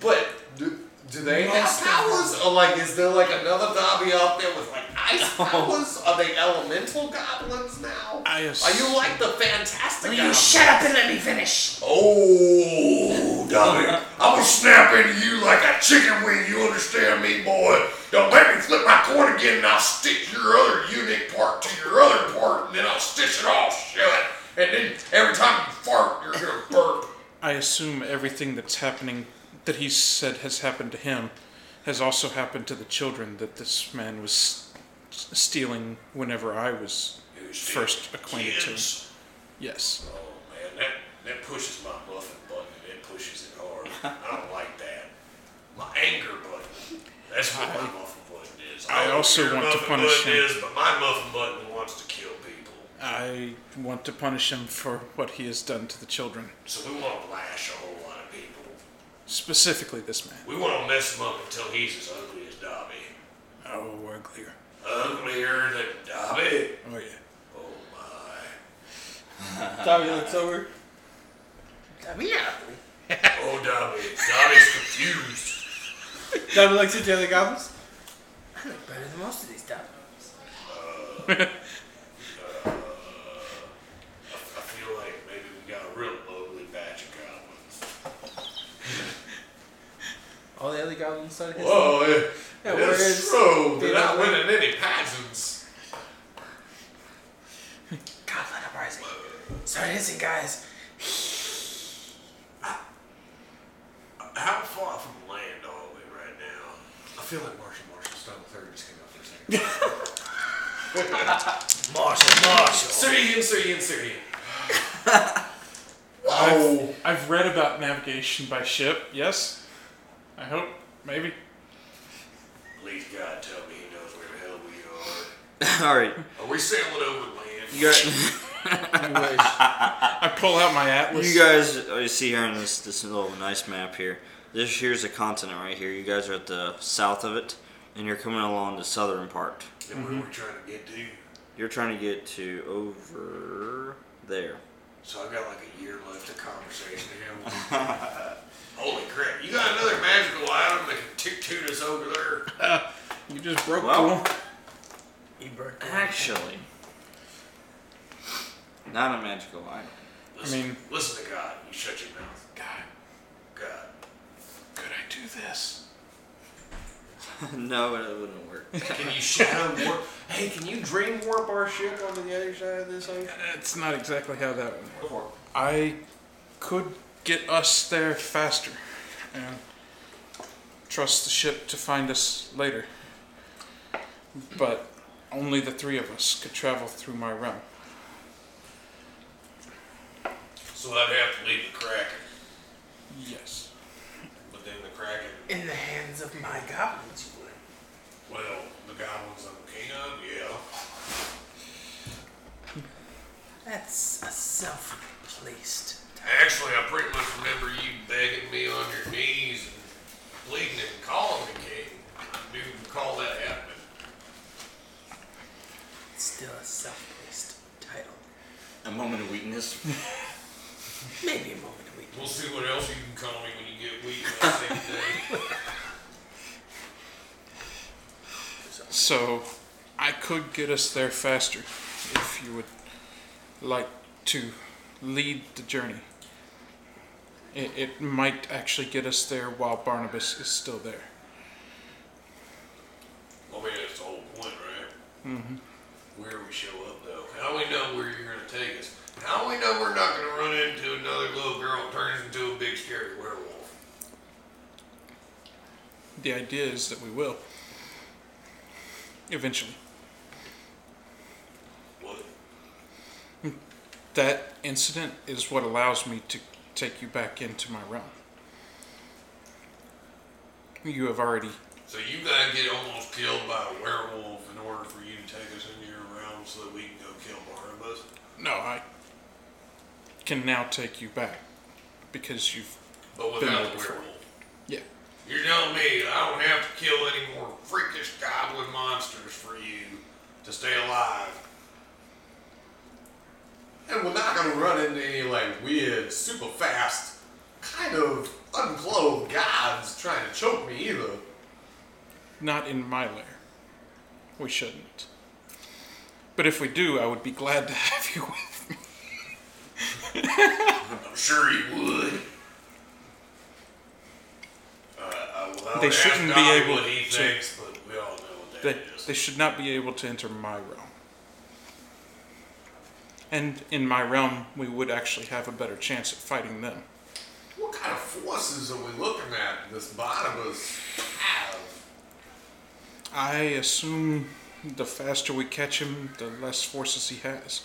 Speaker 4: But do, do they
Speaker 7: Most
Speaker 4: have
Speaker 7: of
Speaker 4: powers? Or like, is there like another Dobby out there with like ice powers? Are they elemental goblins now?
Speaker 3: I
Speaker 4: Are you
Speaker 3: assume-
Speaker 4: like the fantastic
Speaker 7: Will you
Speaker 4: goblin?
Speaker 7: shut up and let me finish?
Speaker 8: oh, Dobby, I'm gonna snap into you like a chicken wing. You understand me, boy? Don't make me flip my cord again, and I'll stitch your other unit part to your other part, and then I'll stitch it all shut. And then every time you fart, you're gonna burp.
Speaker 3: I assume everything that's happening that he said has happened to him has also happened to the children that this man was s- stealing whenever I was first acquainted to him.
Speaker 8: Kids.
Speaker 3: Yes.
Speaker 8: Oh man, that, that pushes my bluffing button. It pushes it hard. I don't like that. My anger button. That's what my muffin button is.
Speaker 3: I
Speaker 8: don't know
Speaker 3: also
Speaker 8: what your
Speaker 3: want to
Speaker 8: muffin
Speaker 3: punish
Speaker 8: button
Speaker 3: him.
Speaker 8: Is, but my muffin button wants to kill people.
Speaker 3: I want to punish him for what he has done to the children,
Speaker 8: So we want to lash a whole lot of people.
Speaker 3: specifically this man.
Speaker 8: We want to mess him up until he's as ugly as Dobby.
Speaker 3: Oh, uglier.
Speaker 8: Uglier than Dobby.
Speaker 3: Oh, yeah.
Speaker 8: Oh my.
Speaker 5: Dobby looks over.
Speaker 8: Oh Dobby. Dobby's confused.
Speaker 5: Dobby looks at the other goblins.
Speaker 7: I look better than most of these dumb
Speaker 8: I feel like maybe we got a real ugly batch of goblins.
Speaker 5: All the other goblins started hissing.
Speaker 4: Whoa, it,
Speaker 5: Yeah, where
Speaker 4: it's
Speaker 5: is-
Speaker 4: true.
Speaker 5: they
Speaker 4: They're not
Speaker 5: don't-
Speaker 4: winning any pageants.
Speaker 7: Goblin uprising. Start hissing, guys.
Speaker 8: How far from land are we right now?
Speaker 4: I feel like Marshall Marshall Stone Third just came up for a second.
Speaker 7: Marshall, Marshall.
Speaker 4: Syrian, Syrian, Syrian. Whoa.
Speaker 3: I've read about navigation by ship, yes? I hope. Maybe.
Speaker 8: Please God tell me he knows where the hell we
Speaker 1: All right,
Speaker 8: are. Are we sailing over land?
Speaker 1: you guys,
Speaker 3: I pull out my atlas.
Speaker 1: you guys uh, see here on this this little nice map here. This here's a continent right here. You guys are at the south of it, and you're coming along the southern part.
Speaker 8: And where we're trying to get to.
Speaker 1: You're trying to get to over there.
Speaker 8: So I got like a year left of conversation to have. Holy crap! You got another magical item that can tick toot us over there.
Speaker 3: You just broke
Speaker 1: Well-
Speaker 3: the
Speaker 1: Actually, not a magical item.
Speaker 8: Listen,
Speaker 3: mean-
Speaker 8: listen to God. You shut your mouth.
Speaker 3: God,
Speaker 8: God.
Speaker 3: could I do this?
Speaker 1: no, it wouldn't work.
Speaker 4: Can you shadow warp? Hey, can you dream warp our ship onto the other side of this ocean?
Speaker 3: That's not exactly how that would work. I could get us there faster and trust the ship to find us later. But only the three of us could travel through my realm.
Speaker 8: So I'd have to leave the Kraken,
Speaker 3: Yes.
Speaker 8: but then the Kraken.
Speaker 7: In the hands of my goblins, you would.
Speaker 8: Well, the goblins I'm king of. Yeah.
Speaker 7: That's a self-placed.
Speaker 8: Actually, I pretty much remember you begging me on your knees and pleading and calling me king. I do recall that happening.
Speaker 7: Still a self-placed title.
Speaker 1: A moment of weakness.
Speaker 7: Maybe a moment of weakness.
Speaker 8: We'll see what else you can call me when you get weak that same day.
Speaker 3: So I could get us there faster if you would like to lead the journey. It, it might actually get us there while Barnabas is still there.
Speaker 8: I mean, that's the whole point, right? Mm-hmm. Where we show up, though. How we know where you're going to take us? How we know we're not going to run into another little girl who turns into a big scary werewolf?
Speaker 3: The idea is that we will. Eventually.
Speaker 8: What?
Speaker 3: That incident is what allows me to take you back into my realm. You have already.
Speaker 8: So you got to get almost killed by a werewolf in order for you to take us in
Speaker 3: I can now take you back because you've. Been
Speaker 8: But
Speaker 3: there
Speaker 8: without the
Speaker 3: before.
Speaker 8: werewolf.
Speaker 3: Yeah.
Speaker 8: You're telling me I don't have to kill any more freakish goblin monsters for you to stay alive.
Speaker 4: And we're not gonna run into any like weird, super fast, kind of unclothed gods trying to choke me either.
Speaker 3: Not in my lair. We shouldn't. But if we do, I would be glad to have you with me.
Speaker 8: I'm sure you would. Uh, I will
Speaker 3: They shouldn't
Speaker 8: ask
Speaker 3: be
Speaker 8: Dobby
Speaker 3: able
Speaker 8: what he
Speaker 3: to-
Speaker 8: thinks, but we all know what that
Speaker 3: They,
Speaker 8: is.
Speaker 3: they should not be able to enter my realm. And in my realm, we would actually have a better chance at fighting them.
Speaker 4: What kind of forces are we looking at? This Barnabas have?
Speaker 3: I assume the faster we catch him, the less forces he has.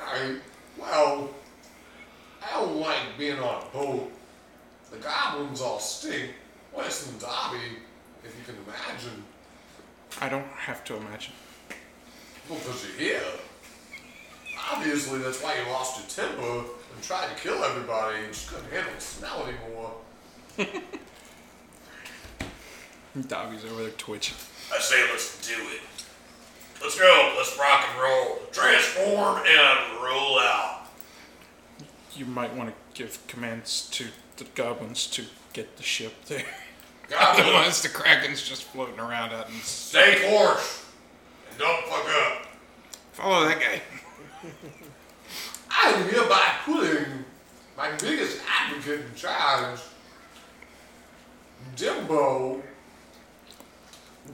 Speaker 4: I well, I don't like being on a boat. The goblins all stink. Worse than Dobby, if you can imagine.
Speaker 3: I don't have to imagine.
Speaker 4: Well, because you're here. Obviously, that's why you lost your temper and tried to kill everybody. You just couldn't handle the smell anymore.
Speaker 3: Dobby's over there twitching.
Speaker 8: I say let's do it. Let's go. Let's rock and roll. Transform and roll out.
Speaker 3: You might want to give commands to the goblins to get the ship there.
Speaker 8: Goblin,
Speaker 3: Otherwise, the kraken's just floating around out and
Speaker 8: stay course and don't fuck up.
Speaker 3: follow that guy.
Speaker 4: I am hereby putting my biggest advocate in charge, Dimbo,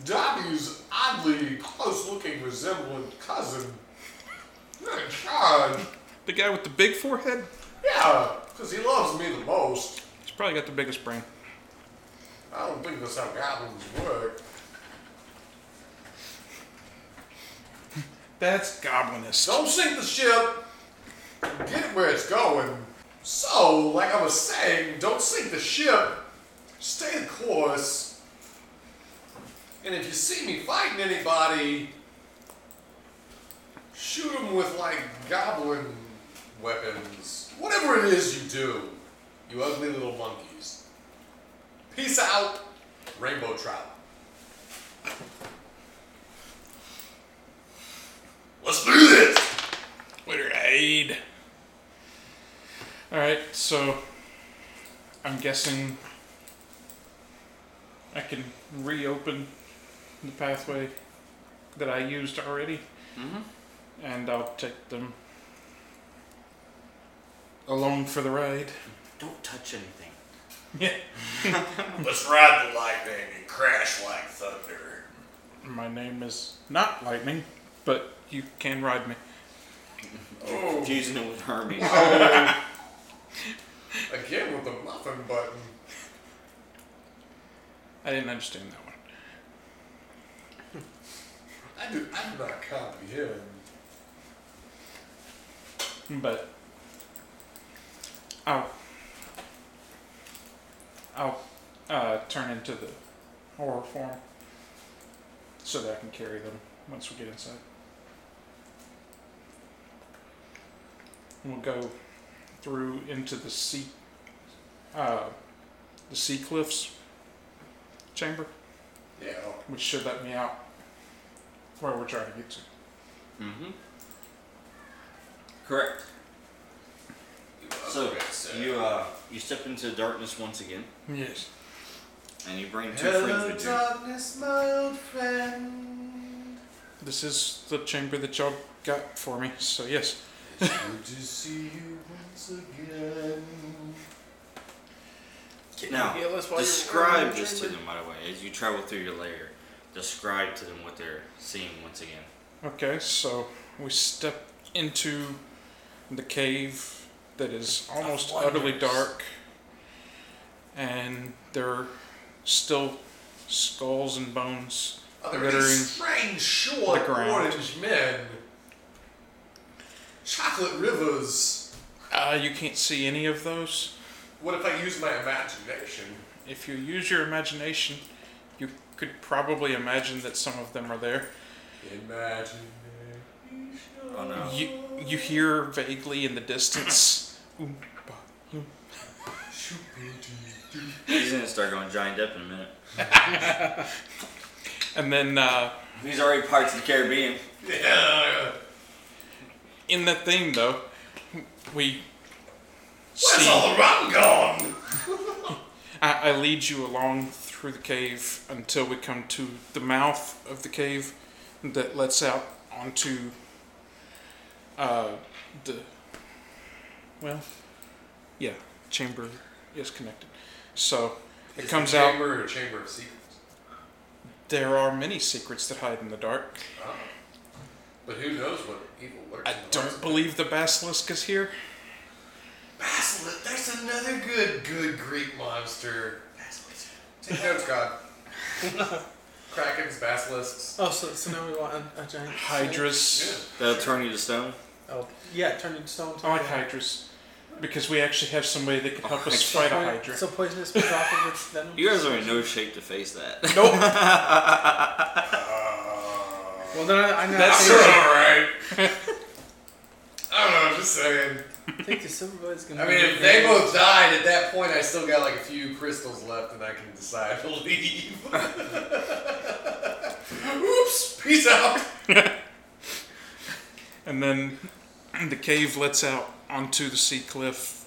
Speaker 4: Dobby's oddly close looking resemblant cousin. You're in charge.
Speaker 3: The guy with the big forehead.
Speaker 4: Yeah, because he loves me the most.
Speaker 3: He's probably got the biggest brain.
Speaker 4: I don't think that's how goblins work.
Speaker 3: That's goblinist.
Speaker 4: Don't sink the ship. Get it where it's going. So, like I was saying, don't sink the ship. Stay the course. And if you see me fighting anybody, shoot them with like goblin weapons. Whatever it is you do, you ugly little monkeys. Peace out, rainbow trout.
Speaker 8: Let's do this.
Speaker 3: Waiter aid. All right, so I'm guessing I can reopen the pathway that I used already,
Speaker 1: Mm-hmm.
Speaker 3: and I'll take them along for the ride.
Speaker 1: Don't touch anything.
Speaker 3: Yeah,
Speaker 8: Let's ride the lightning and crash like thunder.
Speaker 3: my name is not Lightning, but you can ride me.
Speaker 1: Confusing it with Hermes.
Speaker 4: Again with the muffin button.
Speaker 3: I didn't understand that one.
Speaker 4: I do. I do not comprehend.
Speaker 3: But I'll I'll uh, turn into the horror form so that I can carry them once we get inside. And we'll go through into the sea uh, the sea cliffs chamber,
Speaker 4: Yeah,
Speaker 3: which should let me out where we're trying to get to.
Speaker 1: mm-hmm. Correct. So you uh you step into darkness once again,
Speaker 3: Yes.
Speaker 1: and you bring two
Speaker 4: Hello,
Speaker 1: friends with you.
Speaker 4: darkness, my old friend.
Speaker 3: This is the chamber that y'all got for me, so yes.
Speaker 4: Good to see you once again.
Speaker 1: Now, describe this to them, by the way, as you travel through your lair. Describe to them what they're seeing once again.
Speaker 3: Okay, so we step into the cave that is almost utterly dark, and there are still skulls and bones.
Speaker 4: Are there
Speaker 3: Glittering.
Speaker 4: any strange, short,
Speaker 3: The ground.
Speaker 4: orange men? Chocolate rivers.
Speaker 3: Uh, you can't see any of those.
Speaker 4: What if I use my imagination?
Speaker 3: If you use your imagination, you could probably imagine that some of them are there.
Speaker 4: Imagine.
Speaker 1: Oh no.
Speaker 3: You you hear vaguely in the distance. Oompa.
Speaker 1: He's gonna start going Johnny Depp in a minute.
Speaker 3: and then uh,
Speaker 1: He's already Pirates of the Caribbean.
Speaker 8: Yeah.
Speaker 3: in that thing though, we
Speaker 8: Where's
Speaker 3: see.
Speaker 8: all the rum gone?
Speaker 3: I, I lead you along through the cave until we come to the mouth of the cave that lets out onto uh, the. Well, yeah, chamber is connected. So it
Speaker 4: Is
Speaker 3: comes
Speaker 4: the
Speaker 3: out.
Speaker 4: Chamber, a chamber of secrets.
Speaker 3: There are many secrets that hide in the dark.
Speaker 4: Oh. But who knows what evil lurks
Speaker 3: I
Speaker 4: in the hearts
Speaker 3: don't
Speaker 4: of
Speaker 3: believe the basilisk is here.
Speaker 4: Basilisk. There's another good, good Greek monster. Basilisk. Take notes, God. Krakens, basilisks.
Speaker 5: Oh, so, so now we want a, a giant.
Speaker 4: Yeah.
Speaker 3: Hydras.
Speaker 1: That'll turn you to stone.
Speaker 5: Oh, yeah, turn into stone.
Speaker 3: I like Hydras because we actually have somebody that can help us fight a Hydra.
Speaker 5: So poisonous Metropolis venom.
Speaker 1: You guys are in no shape to face that.
Speaker 3: Nope.
Speaker 5: Well, then I, I'm not
Speaker 3: That's
Speaker 5: saying-
Speaker 3: it.
Speaker 4: alright. I don't know, I'm just saying.
Speaker 5: I think the silver is gonna.
Speaker 4: I mean,
Speaker 5: be
Speaker 4: if they both died at that point, I still got like a few crystals left and I can decide to leave. Oops! Peace out!
Speaker 3: And then the cave lets out onto the sea cliff.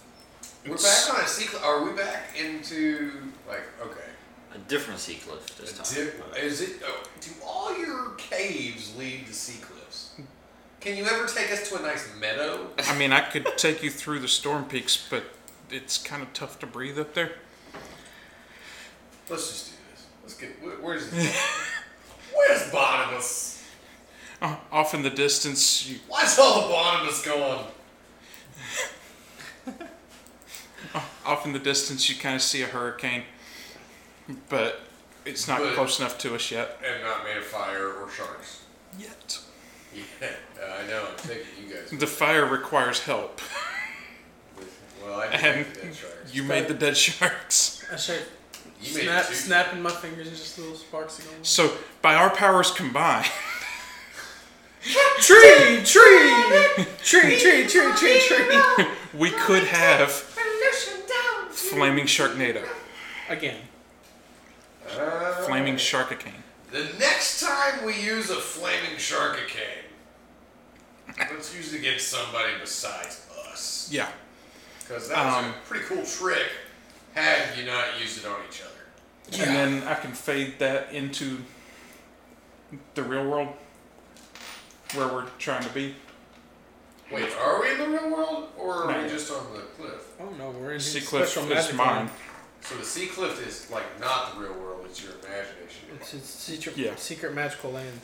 Speaker 4: We're
Speaker 3: It's-
Speaker 4: back on a sequel. Are we back into like okay?
Speaker 1: A different sea cliff this time.
Speaker 4: Di- is it? Oh, do all your caves lead to sea cliffs? Can you ever take us to a nice meadow?
Speaker 3: I mean, I could take you through the storm peaks, but it's kind of tough to breathe up there.
Speaker 4: Let's just do this. Let's get. Where, where's where's Barnabas?
Speaker 3: Uh, off in the distance, you,
Speaker 4: Why's all the Barnabas gone?
Speaker 3: off in the distance, you kind of see a hurricane, but it's not
Speaker 4: But-
Speaker 3: close enough to us yet.
Speaker 4: And not made of fire or sharks.
Speaker 3: Yet.
Speaker 4: Yeah, I know. I'm taking you guys.
Speaker 3: The fire requires help.
Speaker 4: with- well, I
Speaker 3: And
Speaker 4: didn't make that sharks.
Speaker 3: you made the dead sharks.
Speaker 5: I start
Speaker 4: You made
Speaker 5: snap,
Speaker 4: two.
Speaker 5: snapping my fingers and just little sparks are going.
Speaker 3: So, by our powers combined,
Speaker 5: Tree, tree, tree, tree, tree, tree, tree.
Speaker 3: we could have
Speaker 6: Revolution down.
Speaker 3: Flaming Sharknado,
Speaker 5: Again,
Speaker 4: Ah.
Speaker 3: Flaming Sharkicane.
Speaker 4: The next time we use a flaming sharkicane, let's use it against somebody besides us.
Speaker 3: Yeah.
Speaker 4: Because that was
Speaker 3: Um,
Speaker 4: a pretty cool trick had you not used it on each other.
Speaker 3: And then I can fade that into the real world where we're trying to be.
Speaker 4: Wait, are we in the real world or are
Speaker 3: Not
Speaker 4: we
Speaker 3: yet.
Speaker 4: just on the cliff?
Speaker 5: I don't know. We're in
Speaker 3: Sea
Speaker 5: his
Speaker 3: cliff
Speaker 5: special
Speaker 3: is
Speaker 5: magic
Speaker 3: mine.
Speaker 5: land.
Speaker 4: So the sea cliff is like not the real world, it's your imagination.
Speaker 5: It's his secret,
Speaker 3: Yeah.
Speaker 5: secret magical land.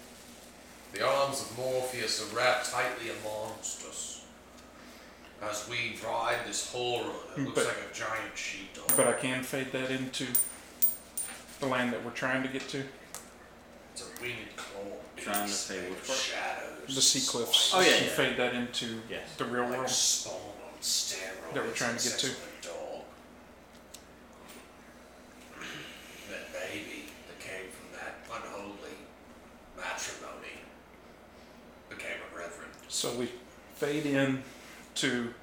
Speaker 4: The arms of Morpheus are wrapped tightly amongst us. As we ride this horror that looks
Speaker 3: But-
Speaker 4: like a giant sheepdog.
Speaker 3: But I can fade that into the land that we're trying to get to.
Speaker 4: It's a winged claw.
Speaker 1: Trying to say which part?
Speaker 4: Shadows.
Speaker 3: The sea cliffs.
Speaker 1: Oh, yeah,
Speaker 3: You
Speaker 1: yeah.
Speaker 3: fade that into
Speaker 1: Yes.
Speaker 3: the real
Speaker 4: Like
Speaker 3: world.
Speaker 4: spawn on steroids.
Speaker 3: That we're trying to get
Speaker 4: sex
Speaker 3: to.
Speaker 4: with a dog. That baby that came from that unholy matrimony became a reverend.
Speaker 3: So we fade in to,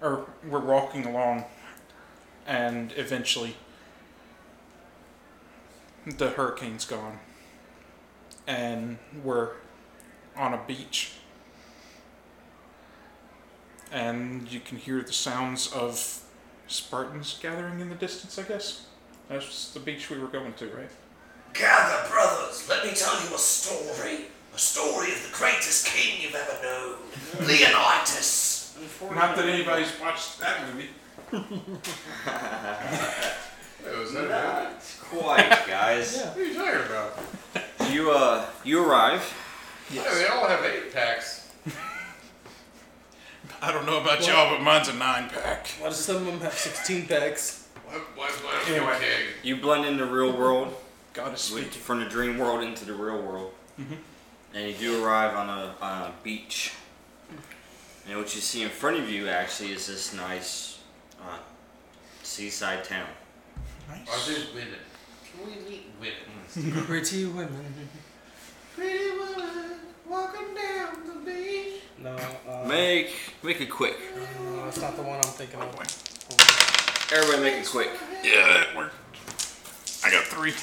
Speaker 3: or we're walking along, and eventually the hurricane's gone, and we're on a beach, and you can hear the sounds of Spartans gathering in the distance. I guess that's the beach we were going to, right?
Speaker 6: Gather, brothers, let me tell you a story. A story of the greatest king you've ever known, Leonidas.
Speaker 3: Not that anybody's watched that movie.
Speaker 4: Hey, was that
Speaker 1: Not quite, guys.
Speaker 5: Yeah.
Speaker 4: What are you talking about?
Speaker 1: You uh, you arrive.
Speaker 4: Yeah, they all have eight packs.
Speaker 3: I don't know about y'all, but mine's a nine pack.
Speaker 5: Why do some of them have 16 packs?
Speaker 4: Why, why's mine a
Speaker 3: Anyway.
Speaker 4: king?
Speaker 1: You blend into real world
Speaker 3: God is
Speaker 1: with-
Speaker 3: speaking.
Speaker 1: from the dream world into the real world, and you do arrive on a, on a beach. And what you see in front of you actually is this nice uh, seaside town.
Speaker 4: Are there women? Can we meet women?
Speaker 5: Pretty women.
Speaker 6: Pretty woman walking down the beach.
Speaker 5: No, uh,
Speaker 1: Make make it quick.
Speaker 5: no, that's not the one I'm thinking of.
Speaker 1: Everybody make it quick.
Speaker 8: Yeah, that worked. I got three.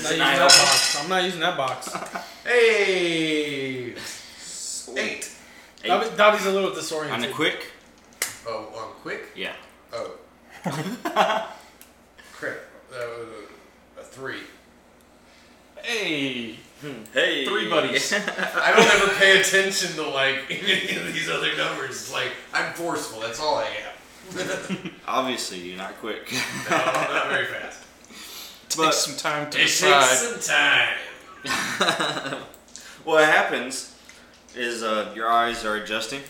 Speaker 5: I'm not using that box. I'm not using that box.
Speaker 4: Hey! Eight.
Speaker 5: Dobby, Dobby's a little
Speaker 1: On the
Speaker 5: disoriented.
Speaker 1: quick?
Speaker 4: Oh, on quick?
Speaker 1: Yeah.
Speaker 4: Oh. Crap. That was a, a three.
Speaker 3: Hey.
Speaker 1: Hey.
Speaker 3: Three buddies.
Speaker 4: I don't ever pay attention to like any of these other numbers. It's like I'm forceful. That's all I am.
Speaker 1: Obviously, you're not quick.
Speaker 4: No, I'm not very fast.
Speaker 1: But-
Speaker 3: Takes some time to
Speaker 4: It takes
Speaker 3: decide.
Speaker 4: some time.
Speaker 1: what happens is uh, your eyes are adjusting,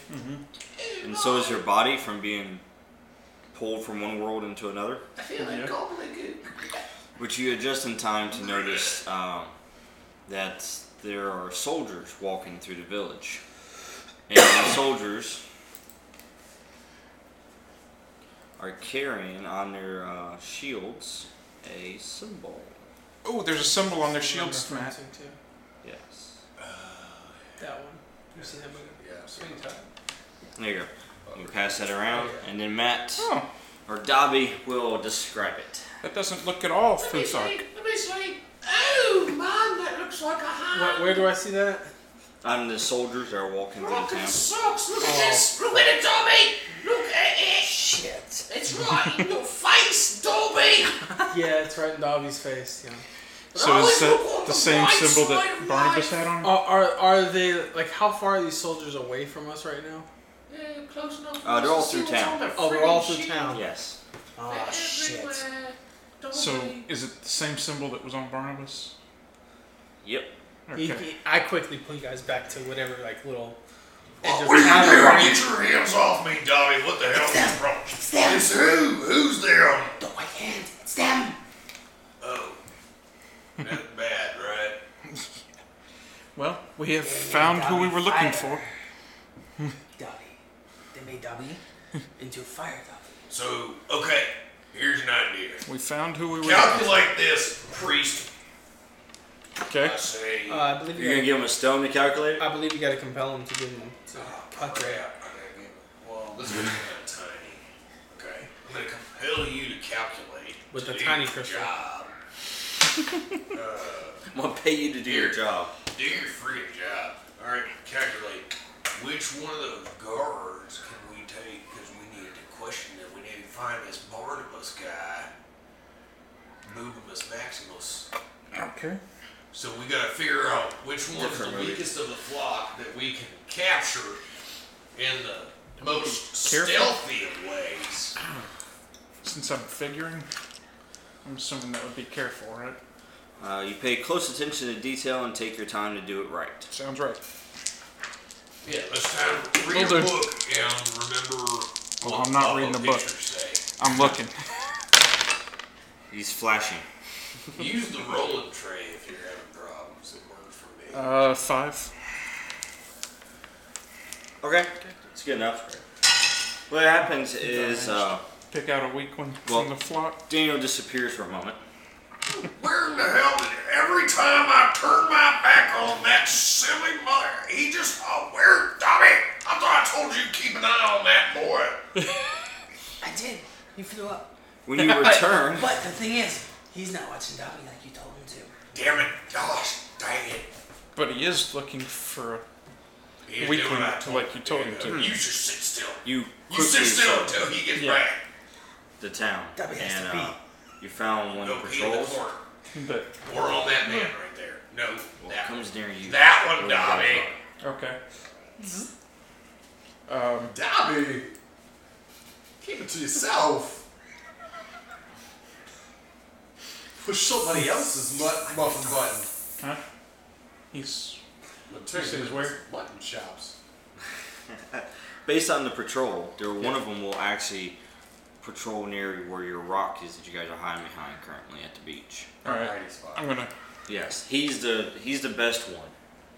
Speaker 1: and so is your body from being pulled from one world into another.
Speaker 6: I feel like
Speaker 3: Yeah.
Speaker 6: gobbling goo.
Speaker 1: Which you adjust in time to notice um, that there are soldiers walking through the village. And the soldiers are carrying on their uh, shields a symbol.
Speaker 3: Oh, there's a symbol on their
Speaker 5: I'm
Speaker 3: shields,
Speaker 5: referencing
Speaker 3: Matt.
Speaker 5: to
Speaker 1: Yes.
Speaker 5: that one. You seen that movie?
Speaker 4: Yeah. So
Speaker 5: Many times.
Speaker 1: There you go. You pass that around, and then Matt
Speaker 3: Oh,
Speaker 1: or Dobby will describe it.
Speaker 3: that doesn't look at all
Speaker 6: Let me see.
Speaker 3: Futhark.
Speaker 6: Let me see. Oh man, that looks like a
Speaker 5: Where,
Speaker 6: hand.
Speaker 5: where do I see that?
Speaker 1: I'm the soldiers that are walking through the
Speaker 6: Rockin'
Speaker 1: town.
Speaker 6: socks. Look at this. Look at it, Dobby. Look at it. Shit. It's right in your face, Dobby.
Speaker 5: Oh. Yeah, it's right in Dobby's face. Yeah.
Speaker 3: So is that the same symbol that Barnabas had on?
Speaker 5: Are, are are they like how far are these soldiers away from us right now?
Speaker 6: Yeah, close enough.
Speaker 1: Uh, they're all
Speaker 6: See
Speaker 1: through
Speaker 6: what's
Speaker 1: town.
Speaker 6: on their
Speaker 5: Oh, they're all
Speaker 6: friggin'
Speaker 5: through
Speaker 6: sheet.
Speaker 5: town.
Speaker 1: Yes.
Speaker 6: They're
Speaker 5: Oh shit.
Speaker 6: everywhere. Dobby.
Speaker 3: So is it the same symbol that was on Barnabas?
Speaker 1: Yep.
Speaker 5: He,
Speaker 3: Okay.
Speaker 5: he, I quickly point guys back to whatever like little.
Speaker 1: Oh.
Speaker 5: edge of
Speaker 8: What are you doing?
Speaker 5: town.
Speaker 8: Get your hands off me, Dobby. What the hell is your problem? It's who? Who's there on
Speaker 7: The white hand. It's them.
Speaker 8: Oh. That's bad, right?
Speaker 3: Well, we have found who we were looking for.
Speaker 7: Dobby. They made Dobby into a fire Dobby.
Speaker 8: So, okay, here's an idea.
Speaker 3: We found who we were.
Speaker 8: Calculate this, priest.
Speaker 3: Okay.
Speaker 8: I say,
Speaker 5: Uh, I believe
Speaker 1: You're gonna
Speaker 5: you. Gotta,
Speaker 1: give them a stone to calculate.
Speaker 5: I believe you got to compel him to give him. To
Speaker 8: oh, crap.
Speaker 5: cut
Speaker 8: I gotta
Speaker 5: that.
Speaker 8: give it. Well, this is kind of tiny. Okay, I'm gonna compel you to calculate.
Speaker 5: With
Speaker 8: to
Speaker 5: the
Speaker 8: do
Speaker 5: tiny
Speaker 8: your
Speaker 5: crystal.
Speaker 8: Job.
Speaker 1: I'm gonna pay you to do your job.
Speaker 8: Do your freaking job. All right, calculate. Which one of those guards can we take? Because we need to question them. We need to find this Barnabas guy, Mubimus Maximus.
Speaker 3: Okay.
Speaker 8: So we gotta figure out which one's
Speaker 1: Different
Speaker 8: the
Speaker 1: movie.
Speaker 8: weakest of the flock that we can capture in the most
Speaker 3: Careful.
Speaker 8: stealthy of ways.
Speaker 3: Since I'm figuring, I'm assuming that would be careful, right?
Speaker 1: Uh, you pay close attention to detail and take your time to do it right.
Speaker 3: Sounds right.
Speaker 8: Yeah, let's time to read
Speaker 3: Will
Speaker 8: a
Speaker 3: do.
Speaker 8: book and remember.
Speaker 3: Well,
Speaker 8: what
Speaker 3: I'm not reading the book.
Speaker 8: pictures Say.
Speaker 3: I'm looking.
Speaker 1: He's flashing.
Speaker 8: Use the rolling tray if you're having problems. It worked for me.
Speaker 3: Uh, five.
Speaker 1: Okay. It's good enough. What happens is uh,
Speaker 3: Pick out a weak one
Speaker 1: Well-
Speaker 3: from the flock.
Speaker 1: Daniel disappears for a moment.
Speaker 8: Where in the hell did every time I turn my back on that silly mother, he just oh where Dobby? I thought I told you to keep an eye on that boy.
Speaker 7: I did. He flew up.
Speaker 1: When you return,
Speaker 7: But the thing is, he's not watching Dobby like you told him to.
Speaker 8: Damn it, gosh, dang it.
Speaker 3: But he is looking for a
Speaker 8: He's
Speaker 3: Weakling
Speaker 8: doing that.
Speaker 3: to like you told him
Speaker 8: Yeah,
Speaker 3: to.
Speaker 8: You just sit still.
Speaker 1: you
Speaker 8: You
Speaker 1: quickly
Speaker 8: sit still
Speaker 1: search
Speaker 8: until he gets
Speaker 3: Yeah.
Speaker 8: back.
Speaker 1: the town,
Speaker 7: That has
Speaker 1: and
Speaker 7: to be.
Speaker 1: uh, you found one
Speaker 8: No,
Speaker 1: of the
Speaker 8: he in the
Speaker 1: patrols.
Speaker 8: corner.
Speaker 3: but
Speaker 8: We're on that man right there. No,
Speaker 1: Well,
Speaker 8: that one.
Speaker 1: comes near you.
Speaker 8: That
Speaker 1: What
Speaker 8: one,
Speaker 1: are you
Speaker 8: Dobby.
Speaker 3: okay. Um,
Speaker 4: Dobby, keep it to yourself. Push somebody else's mu- muffin button.
Speaker 3: huh? He's
Speaker 4: Particularly
Speaker 3: says where?
Speaker 4: with Mutton chops.
Speaker 1: Based on the patrol, there one of them will actually patrol near where your rock is that you guys are hiding behind currently at the beach.
Speaker 3: all right.
Speaker 4: Alrighty, spot.
Speaker 3: I'm gonna
Speaker 1: Yes, he's the he's the best one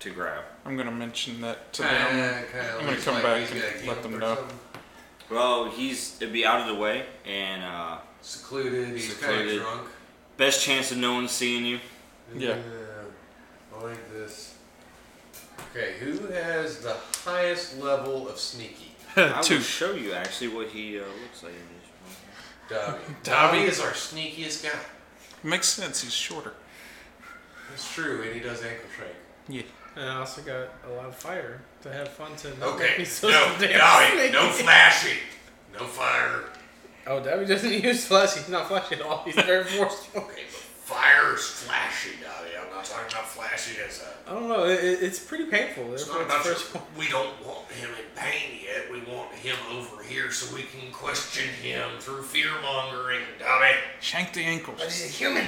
Speaker 1: to grab.
Speaker 3: I'm gonna mention that to them.
Speaker 4: Kinda- kinda
Speaker 3: I'm gonna
Speaker 4: looks
Speaker 3: come
Speaker 4: like
Speaker 3: back
Speaker 4: he's
Speaker 3: and
Speaker 4: got a
Speaker 3: let
Speaker 4: gift
Speaker 3: them
Speaker 4: or
Speaker 3: know.
Speaker 4: something.
Speaker 1: Well, he's it'd be out of the way and uh,
Speaker 4: Secluded, he's kind of
Speaker 1: Secluded.
Speaker 4: drunk.
Speaker 1: Best chance of no one seeing you.
Speaker 3: Yeah.
Speaker 4: Uh, like this. Okay, who has the highest level of sneaky?
Speaker 1: I
Speaker 3: Two.
Speaker 1: will show you actually what he uh, looks like. in this
Speaker 4: Dobby.
Speaker 3: Dobby?
Speaker 4: is our sneakiest guy.
Speaker 3: Makes sense. He's shorter.
Speaker 4: That's true, and he does ankle shake.
Speaker 3: Yeah.
Speaker 5: And I also got a lot of fire to have fun to. not make
Speaker 8: Okay,
Speaker 5: me so
Speaker 8: no,
Speaker 5: damn
Speaker 8: Dobby,
Speaker 5: sneaky.
Speaker 8: no flashing, no fire.
Speaker 5: Oh, Debbie doesn't use flash. He's not flashy at all. He's very forceful.
Speaker 8: Okay, but fire is flashy, Dobby. I'm not talking about flashy as a.
Speaker 5: I don't know. It, it- it's pretty painful.
Speaker 8: It's
Speaker 5: Therefore,
Speaker 8: not
Speaker 5: it's
Speaker 8: about your,
Speaker 5: first one.
Speaker 8: we don't want him in pain yet. We want him over here so we can question him through fear mongering, Dobby.
Speaker 3: Shank the ankles.
Speaker 7: But he's a human.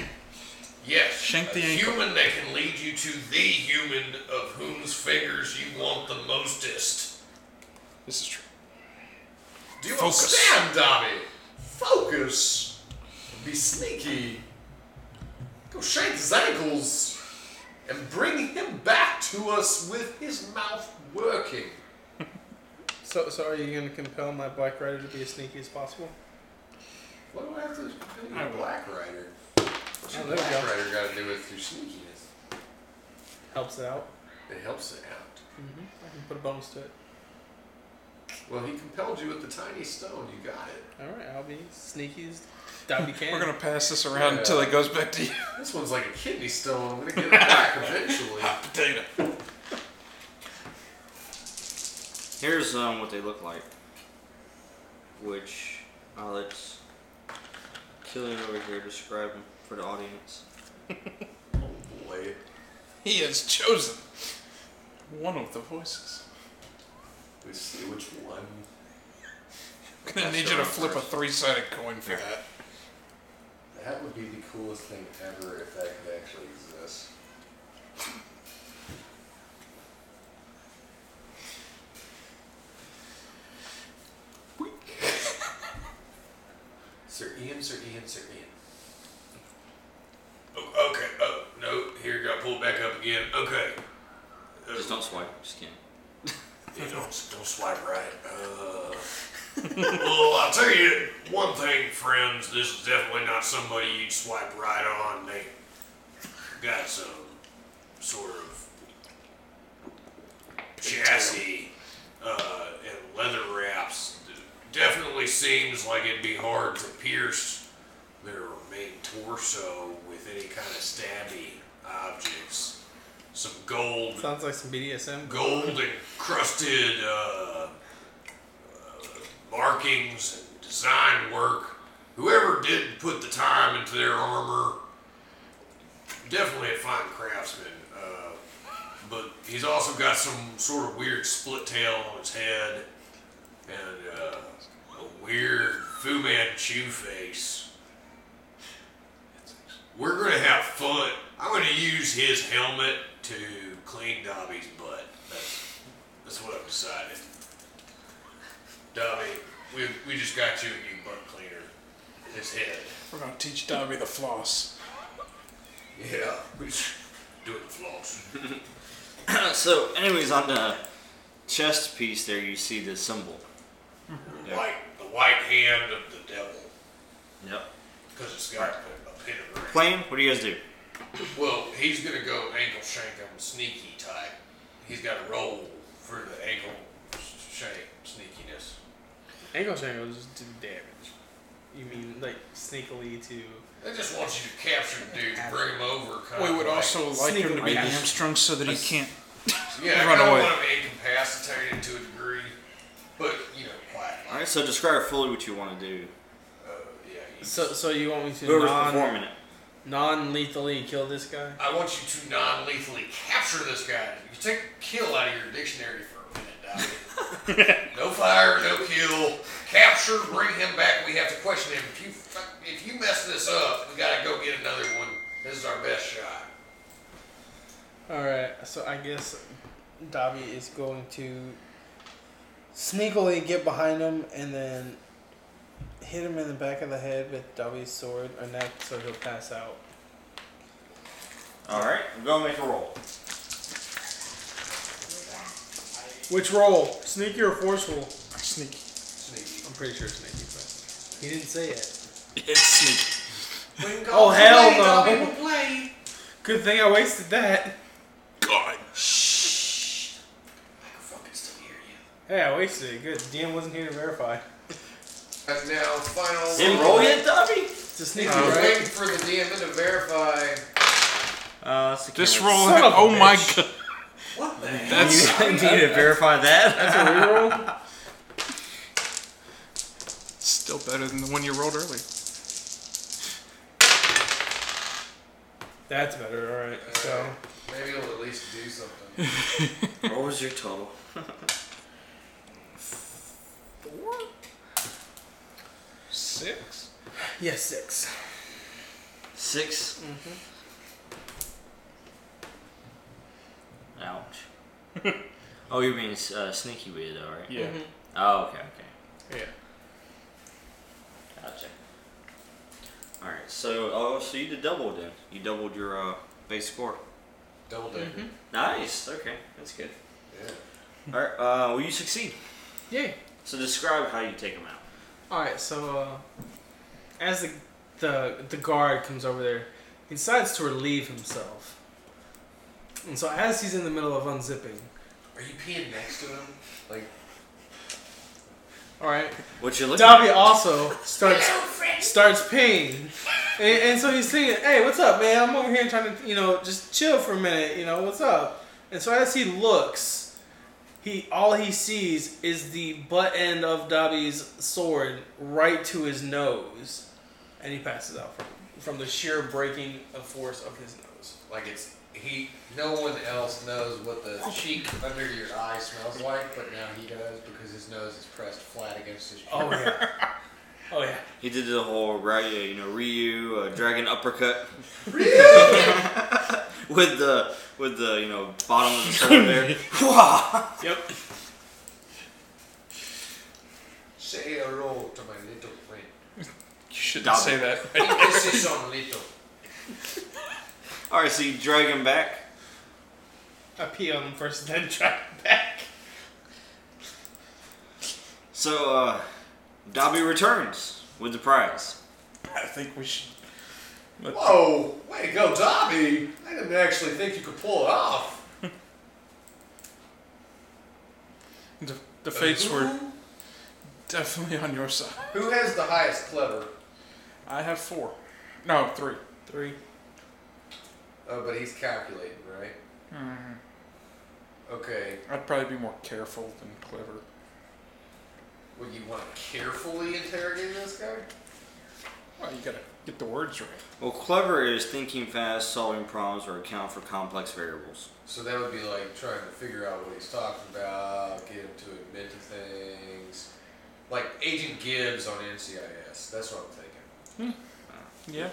Speaker 8: Yes,
Speaker 3: Shank
Speaker 8: a
Speaker 3: the ankle.
Speaker 8: human that can lead you to the human of whose fingers you want the mostest.
Speaker 3: This is true.
Speaker 4: Do you
Speaker 3: Focus.
Speaker 4: understand, Dobby? Focus. Be sneaky. Go shake his ankles and bring him back to us with his mouth working.
Speaker 5: So, so are you going to compel my bike rider to be as sneaky as possible?
Speaker 4: What do I have to do
Speaker 3: I
Speaker 4: with
Speaker 3: will.
Speaker 4: Black Rider? What's your
Speaker 5: Oh, there we
Speaker 4: Black
Speaker 5: go.
Speaker 4: Rider got to do with your sneakiness?
Speaker 5: Helps it out.
Speaker 4: It helps it out.
Speaker 5: hmm I can put a bonus to it.
Speaker 4: Well, he compelled you with the tiny stone. You got it.
Speaker 5: All right, I'll be sneaky as Dobby can.
Speaker 3: We're gonna pass this around
Speaker 4: Yeah.
Speaker 3: until it goes back to you.
Speaker 4: This one's like a kidney stone. I'm gonna get it back eventually.
Speaker 3: Hot potato.
Speaker 1: one. Here's um, what they look like. Which I'll let Killian over here describe them for the audience.
Speaker 4: Oh boy.
Speaker 3: He has chosen one of the voices.
Speaker 4: Let's see which one.
Speaker 3: I'm gonna need you to flip a three-sided coin for that.
Speaker 4: That would be the coolest thing ever if that could actually exist. Sir Ian, Sir Ian, Sir Ian.
Speaker 8: Oh, okay. Oh no, here got pulled back up again. Okay. Uh,
Speaker 1: Just don't swipe. Just kidding.
Speaker 8: Yeah, don't, don't swipe right. Uh, well, I'll tell you one thing, friends. This is definitely not somebody you'd swipe right on. They got some sort of chassis uh, and leather wraps. Definitely seems like it'd be hard to pierce their main torso with any kind of stabby objects. Some gold
Speaker 5: Sounds like some BDSM.
Speaker 8: gold encrusted uh, uh, markings and design work. Whoever did put the time into their armor, definitely a fine craftsman. Uh, but he's also got some sort of weird split tail on his head and uh, a weird Fu Manchu face. We're gonna have fun. I'm gonna use his helmet to clean Dobby's butt. That's, that's what I've decided. Dobby, we, we just got you a new butt cleaner. His head.
Speaker 3: We're gonna teach Dobby the floss.
Speaker 8: Yeah. We just do it with floss.
Speaker 1: so, anyways, on the chest piece there, you see the symbol.
Speaker 8: The White, the white hand of the devil,
Speaker 1: Yep.
Speaker 8: because it's got a, a pentagram.
Speaker 1: Plan. What do you guys do?
Speaker 8: Well, he's gonna go ankle shank him, sneaky type. He's got to roll for the ankle shank sneakiness.
Speaker 5: Angle shangle just do damage. You mean like sneakily to?
Speaker 8: They just want you to capture the dude, bring him over. Kind
Speaker 3: We
Speaker 8: of
Speaker 3: would
Speaker 8: like-
Speaker 3: also like him to be
Speaker 1: Sneakily.
Speaker 3: hamstrung so that he can't.
Speaker 8: yeah,
Speaker 3: run
Speaker 8: I
Speaker 3: away.
Speaker 8: want him incapacitated to a degree, but you know, quiet.
Speaker 1: All right. So describe fully what you want to do.
Speaker 8: Uh, yeah, you-
Speaker 5: So, so you want me to
Speaker 1: Whoever's
Speaker 5: non
Speaker 1: performing it.
Speaker 5: non lethally kill this guy?
Speaker 8: I want you to non-lethally capture this guy. You take kill out of your dictionary for a minute. Dobby. no fire, no kill. Capture, bring him back. We have to question him. If you fuck- if you mess this up, we gotta go get another one. This is our best shot.
Speaker 5: All right. So I guess Dobby is going to sneakily get behind him and then hit him in the back of the head with Dobby's sword or neck, so he'll pass out.
Speaker 1: All right. I'm gonna make a roll.
Speaker 5: Which roll? Sneaky or forceful?
Speaker 3: Sneaky.
Speaker 8: Sneaky.
Speaker 5: I'm pretty sure sneaky, but he didn't say it.
Speaker 3: It's sneaky.
Speaker 4: When
Speaker 5: Oh, hell no.
Speaker 4: Dobby will play.
Speaker 5: Good thing I wasted that.
Speaker 8: God.
Speaker 4: I can fucking still hear you.
Speaker 5: Hey, I wasted it. Good. DM wasn't here to verify.
Speaker 4: And now, final.
Speaker 1: Didn't roll yet, Dobby?
Speaker 5: It's a
Speaker 4: He's
Speaker 5: sneaky,
Speaker 4: just
Speaker 5: right?
Speaker 4: waiting for the DM to verify.
Speaker 1: Uh, it's the
Speaker 9: This
Speaker 1: camera.
Speaker 9: roll.
Speaker 5: Son of a
Speaker 9: oh my
Speaker 5: bitch.
Speaker 9: god.
Speaker 4: What the hell?
Speaker 9: That's
Speaker 1: You need to verify that.
Speaker 5: Uh, That's a reroll.
Speaker 9: still better than the one you rolled earlier.
Speaker 5: That's better. All right. So
Speaker 4: Maybe it'll at least do something.
Speaker 1: what was your total?
Speaker 9: Six.
Speaker 5: yeah, six.
Speaker 1: 6 Ouch. oh, you're being uh, sneaky with it, though, right?
Speaker 3: Yeah.
Speaker 1: Oh, okay, okay.
Speaker 5: Yeah.
Speaker 1: Gotcha. All right, so oh, so you did double then. You doubled your uh, base score.
Speaker 4: Double decker.
Speaker 1: Nice. Okay, that's good.
Speaker 4: Yeah.
Speaker 1: All right. Uh, well, you succeed.
Speaker 5: Yay.
Speaker 1: So describe how you take them out.
Speaker 5: All right. So uh, as the, the the guard comes over there, he decides to relieve himself. And so as he's in the middle of unzipping,
Speaker 4: Are you peeing next to him? Like,
Speaker 5: all right,
Speaker 1: What you looking?
Speaker 5: Dobby also starts starts peeing, and, and so he's thinking, "Hey, what's up, man? I'm over here trying to, you know, just chill for a minute. You know, what's up?" And so as he looks, he all he sees is the butt end of Dobby's sword right to his nose, and he passes out from from the sheer breaking of force of his nose.
Speaker 4: like it's he. No one else knows what the cheek under your eye smells like, but now he does because his nose is pressed flat against his cheek.
Speaker 5: Oh yeah. Oh yeah.
Speaker 1: He did the whole right, you know, Ryu uh, dragon uppercut. with the with the you know bottom of the sword there. Wah!
Speaker 5: Yep.
Speaker 4: Say hello to my little friend.
Speaker 9: You shouldn't
Speaker 1: Double.
Speaker 9: say that.
Speaker 4: this is on little.
Speaker 1: All right, so you drag him back.
Speaker 5: I pee on him first, and then try it back.
Speaker 1: So uh, Dobby returns with the prize.
Speaker 3: I think we should.
Speaker 4: Whoa! Oh, Way to go, Dobby! I didn't actually think you could pull it off.
Speaker 3: The, the fates were definitely on your side.
Speaker 4: Who has the highest clever?
Speaker 3: I have four. No, three.
Speaker 5: Three.
Speaker 4: Oh, but he's calculating, right? Okay.
Speaker 3: I'd probably be more careful than clever.
Speaker 4: Well, you want to carefully interrogate this guy?
Speaker 3: Well, you gotta get the words right.
Speaker 1: Well, clever is thinking fast, solving problems, or account for complex variables.
Speaker 4: So that would be like trying to figure out what he's talking about, get him to admit to things. Like Agent Gibbs on NCIS. That's what I'm thinking.
Speaker 3: Yeah.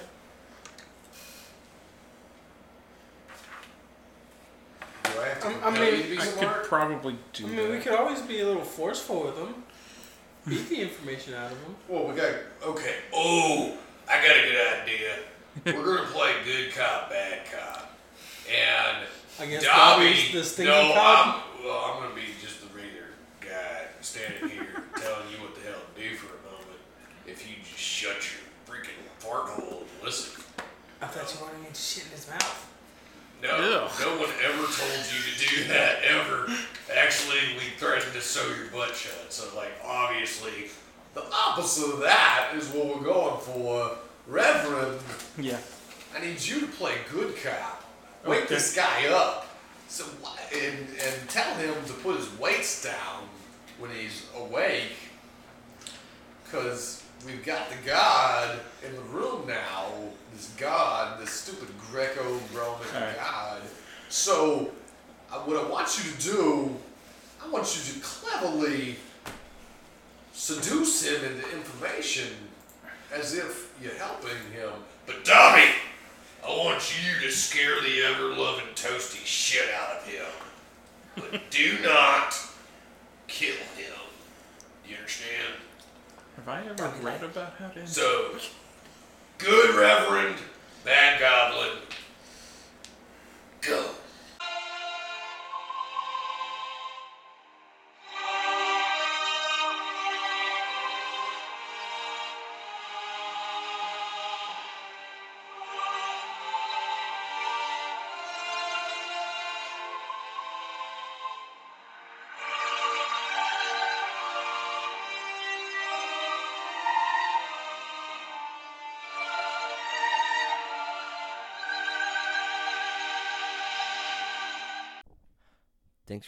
Speaker 4: Do I have to
Speaker 5: I'm- I
Speaker 4: compel
Speaker 5: mean,
Speaker 4: you to be
Speaker 3: I
Speaker 4: smart?
Speaker 3: could probably do
Speaker 5: I mean, we
Speaker 3: that.
Speaker 5: could always be a little forceful with them. Beat the information out of them.
Speaker 4: Well, we got.
Speaker 8: Okay. Oh, I got a good idea. We're gonna play good cop, bad cop, and
Speaker 5: I guess
Speaker 8: Dobby.
Speaker 5: Dobby's the stinky
Speaker 8: no,
Speaker 5: cop.
Speaker 8: I'm. Well, I'm gonna be just the regular guy standing here telling you what the hell to do for a moment. If you just shut your freaking fart hole and listen.
Speaker 7: I thought you wanted me to shit in his mouth.
Speaker 8: No, no one ever told you to do that ever. Actually, we threatened to sew your butt shut. So, like, obviously,
Speaker 4: The opposite of that is what we're going for. Reverend,
Speaker 3: Yeah.
Speaker 4: I need you to play good cop. Wake this guy up. So wh- and, and tell him to put his weights down when he's awake. Cause we've got the god in the room now. This god, this stupid Greco-Roman
Speaker 3: Alright.
Speaker 4: god. So I, what I want you to do, I want you to cleverly seduce him into information as if you're helping him.
Speaker 8: but Dobby, I want you to scare the ever-loving toasty shit out of him. But do not kill him. You understand?
Speaker 3: Have I ever read about how to?
Speaker 8: So, good Reverend, bad Goblin, go.
Speaker 1: Thanks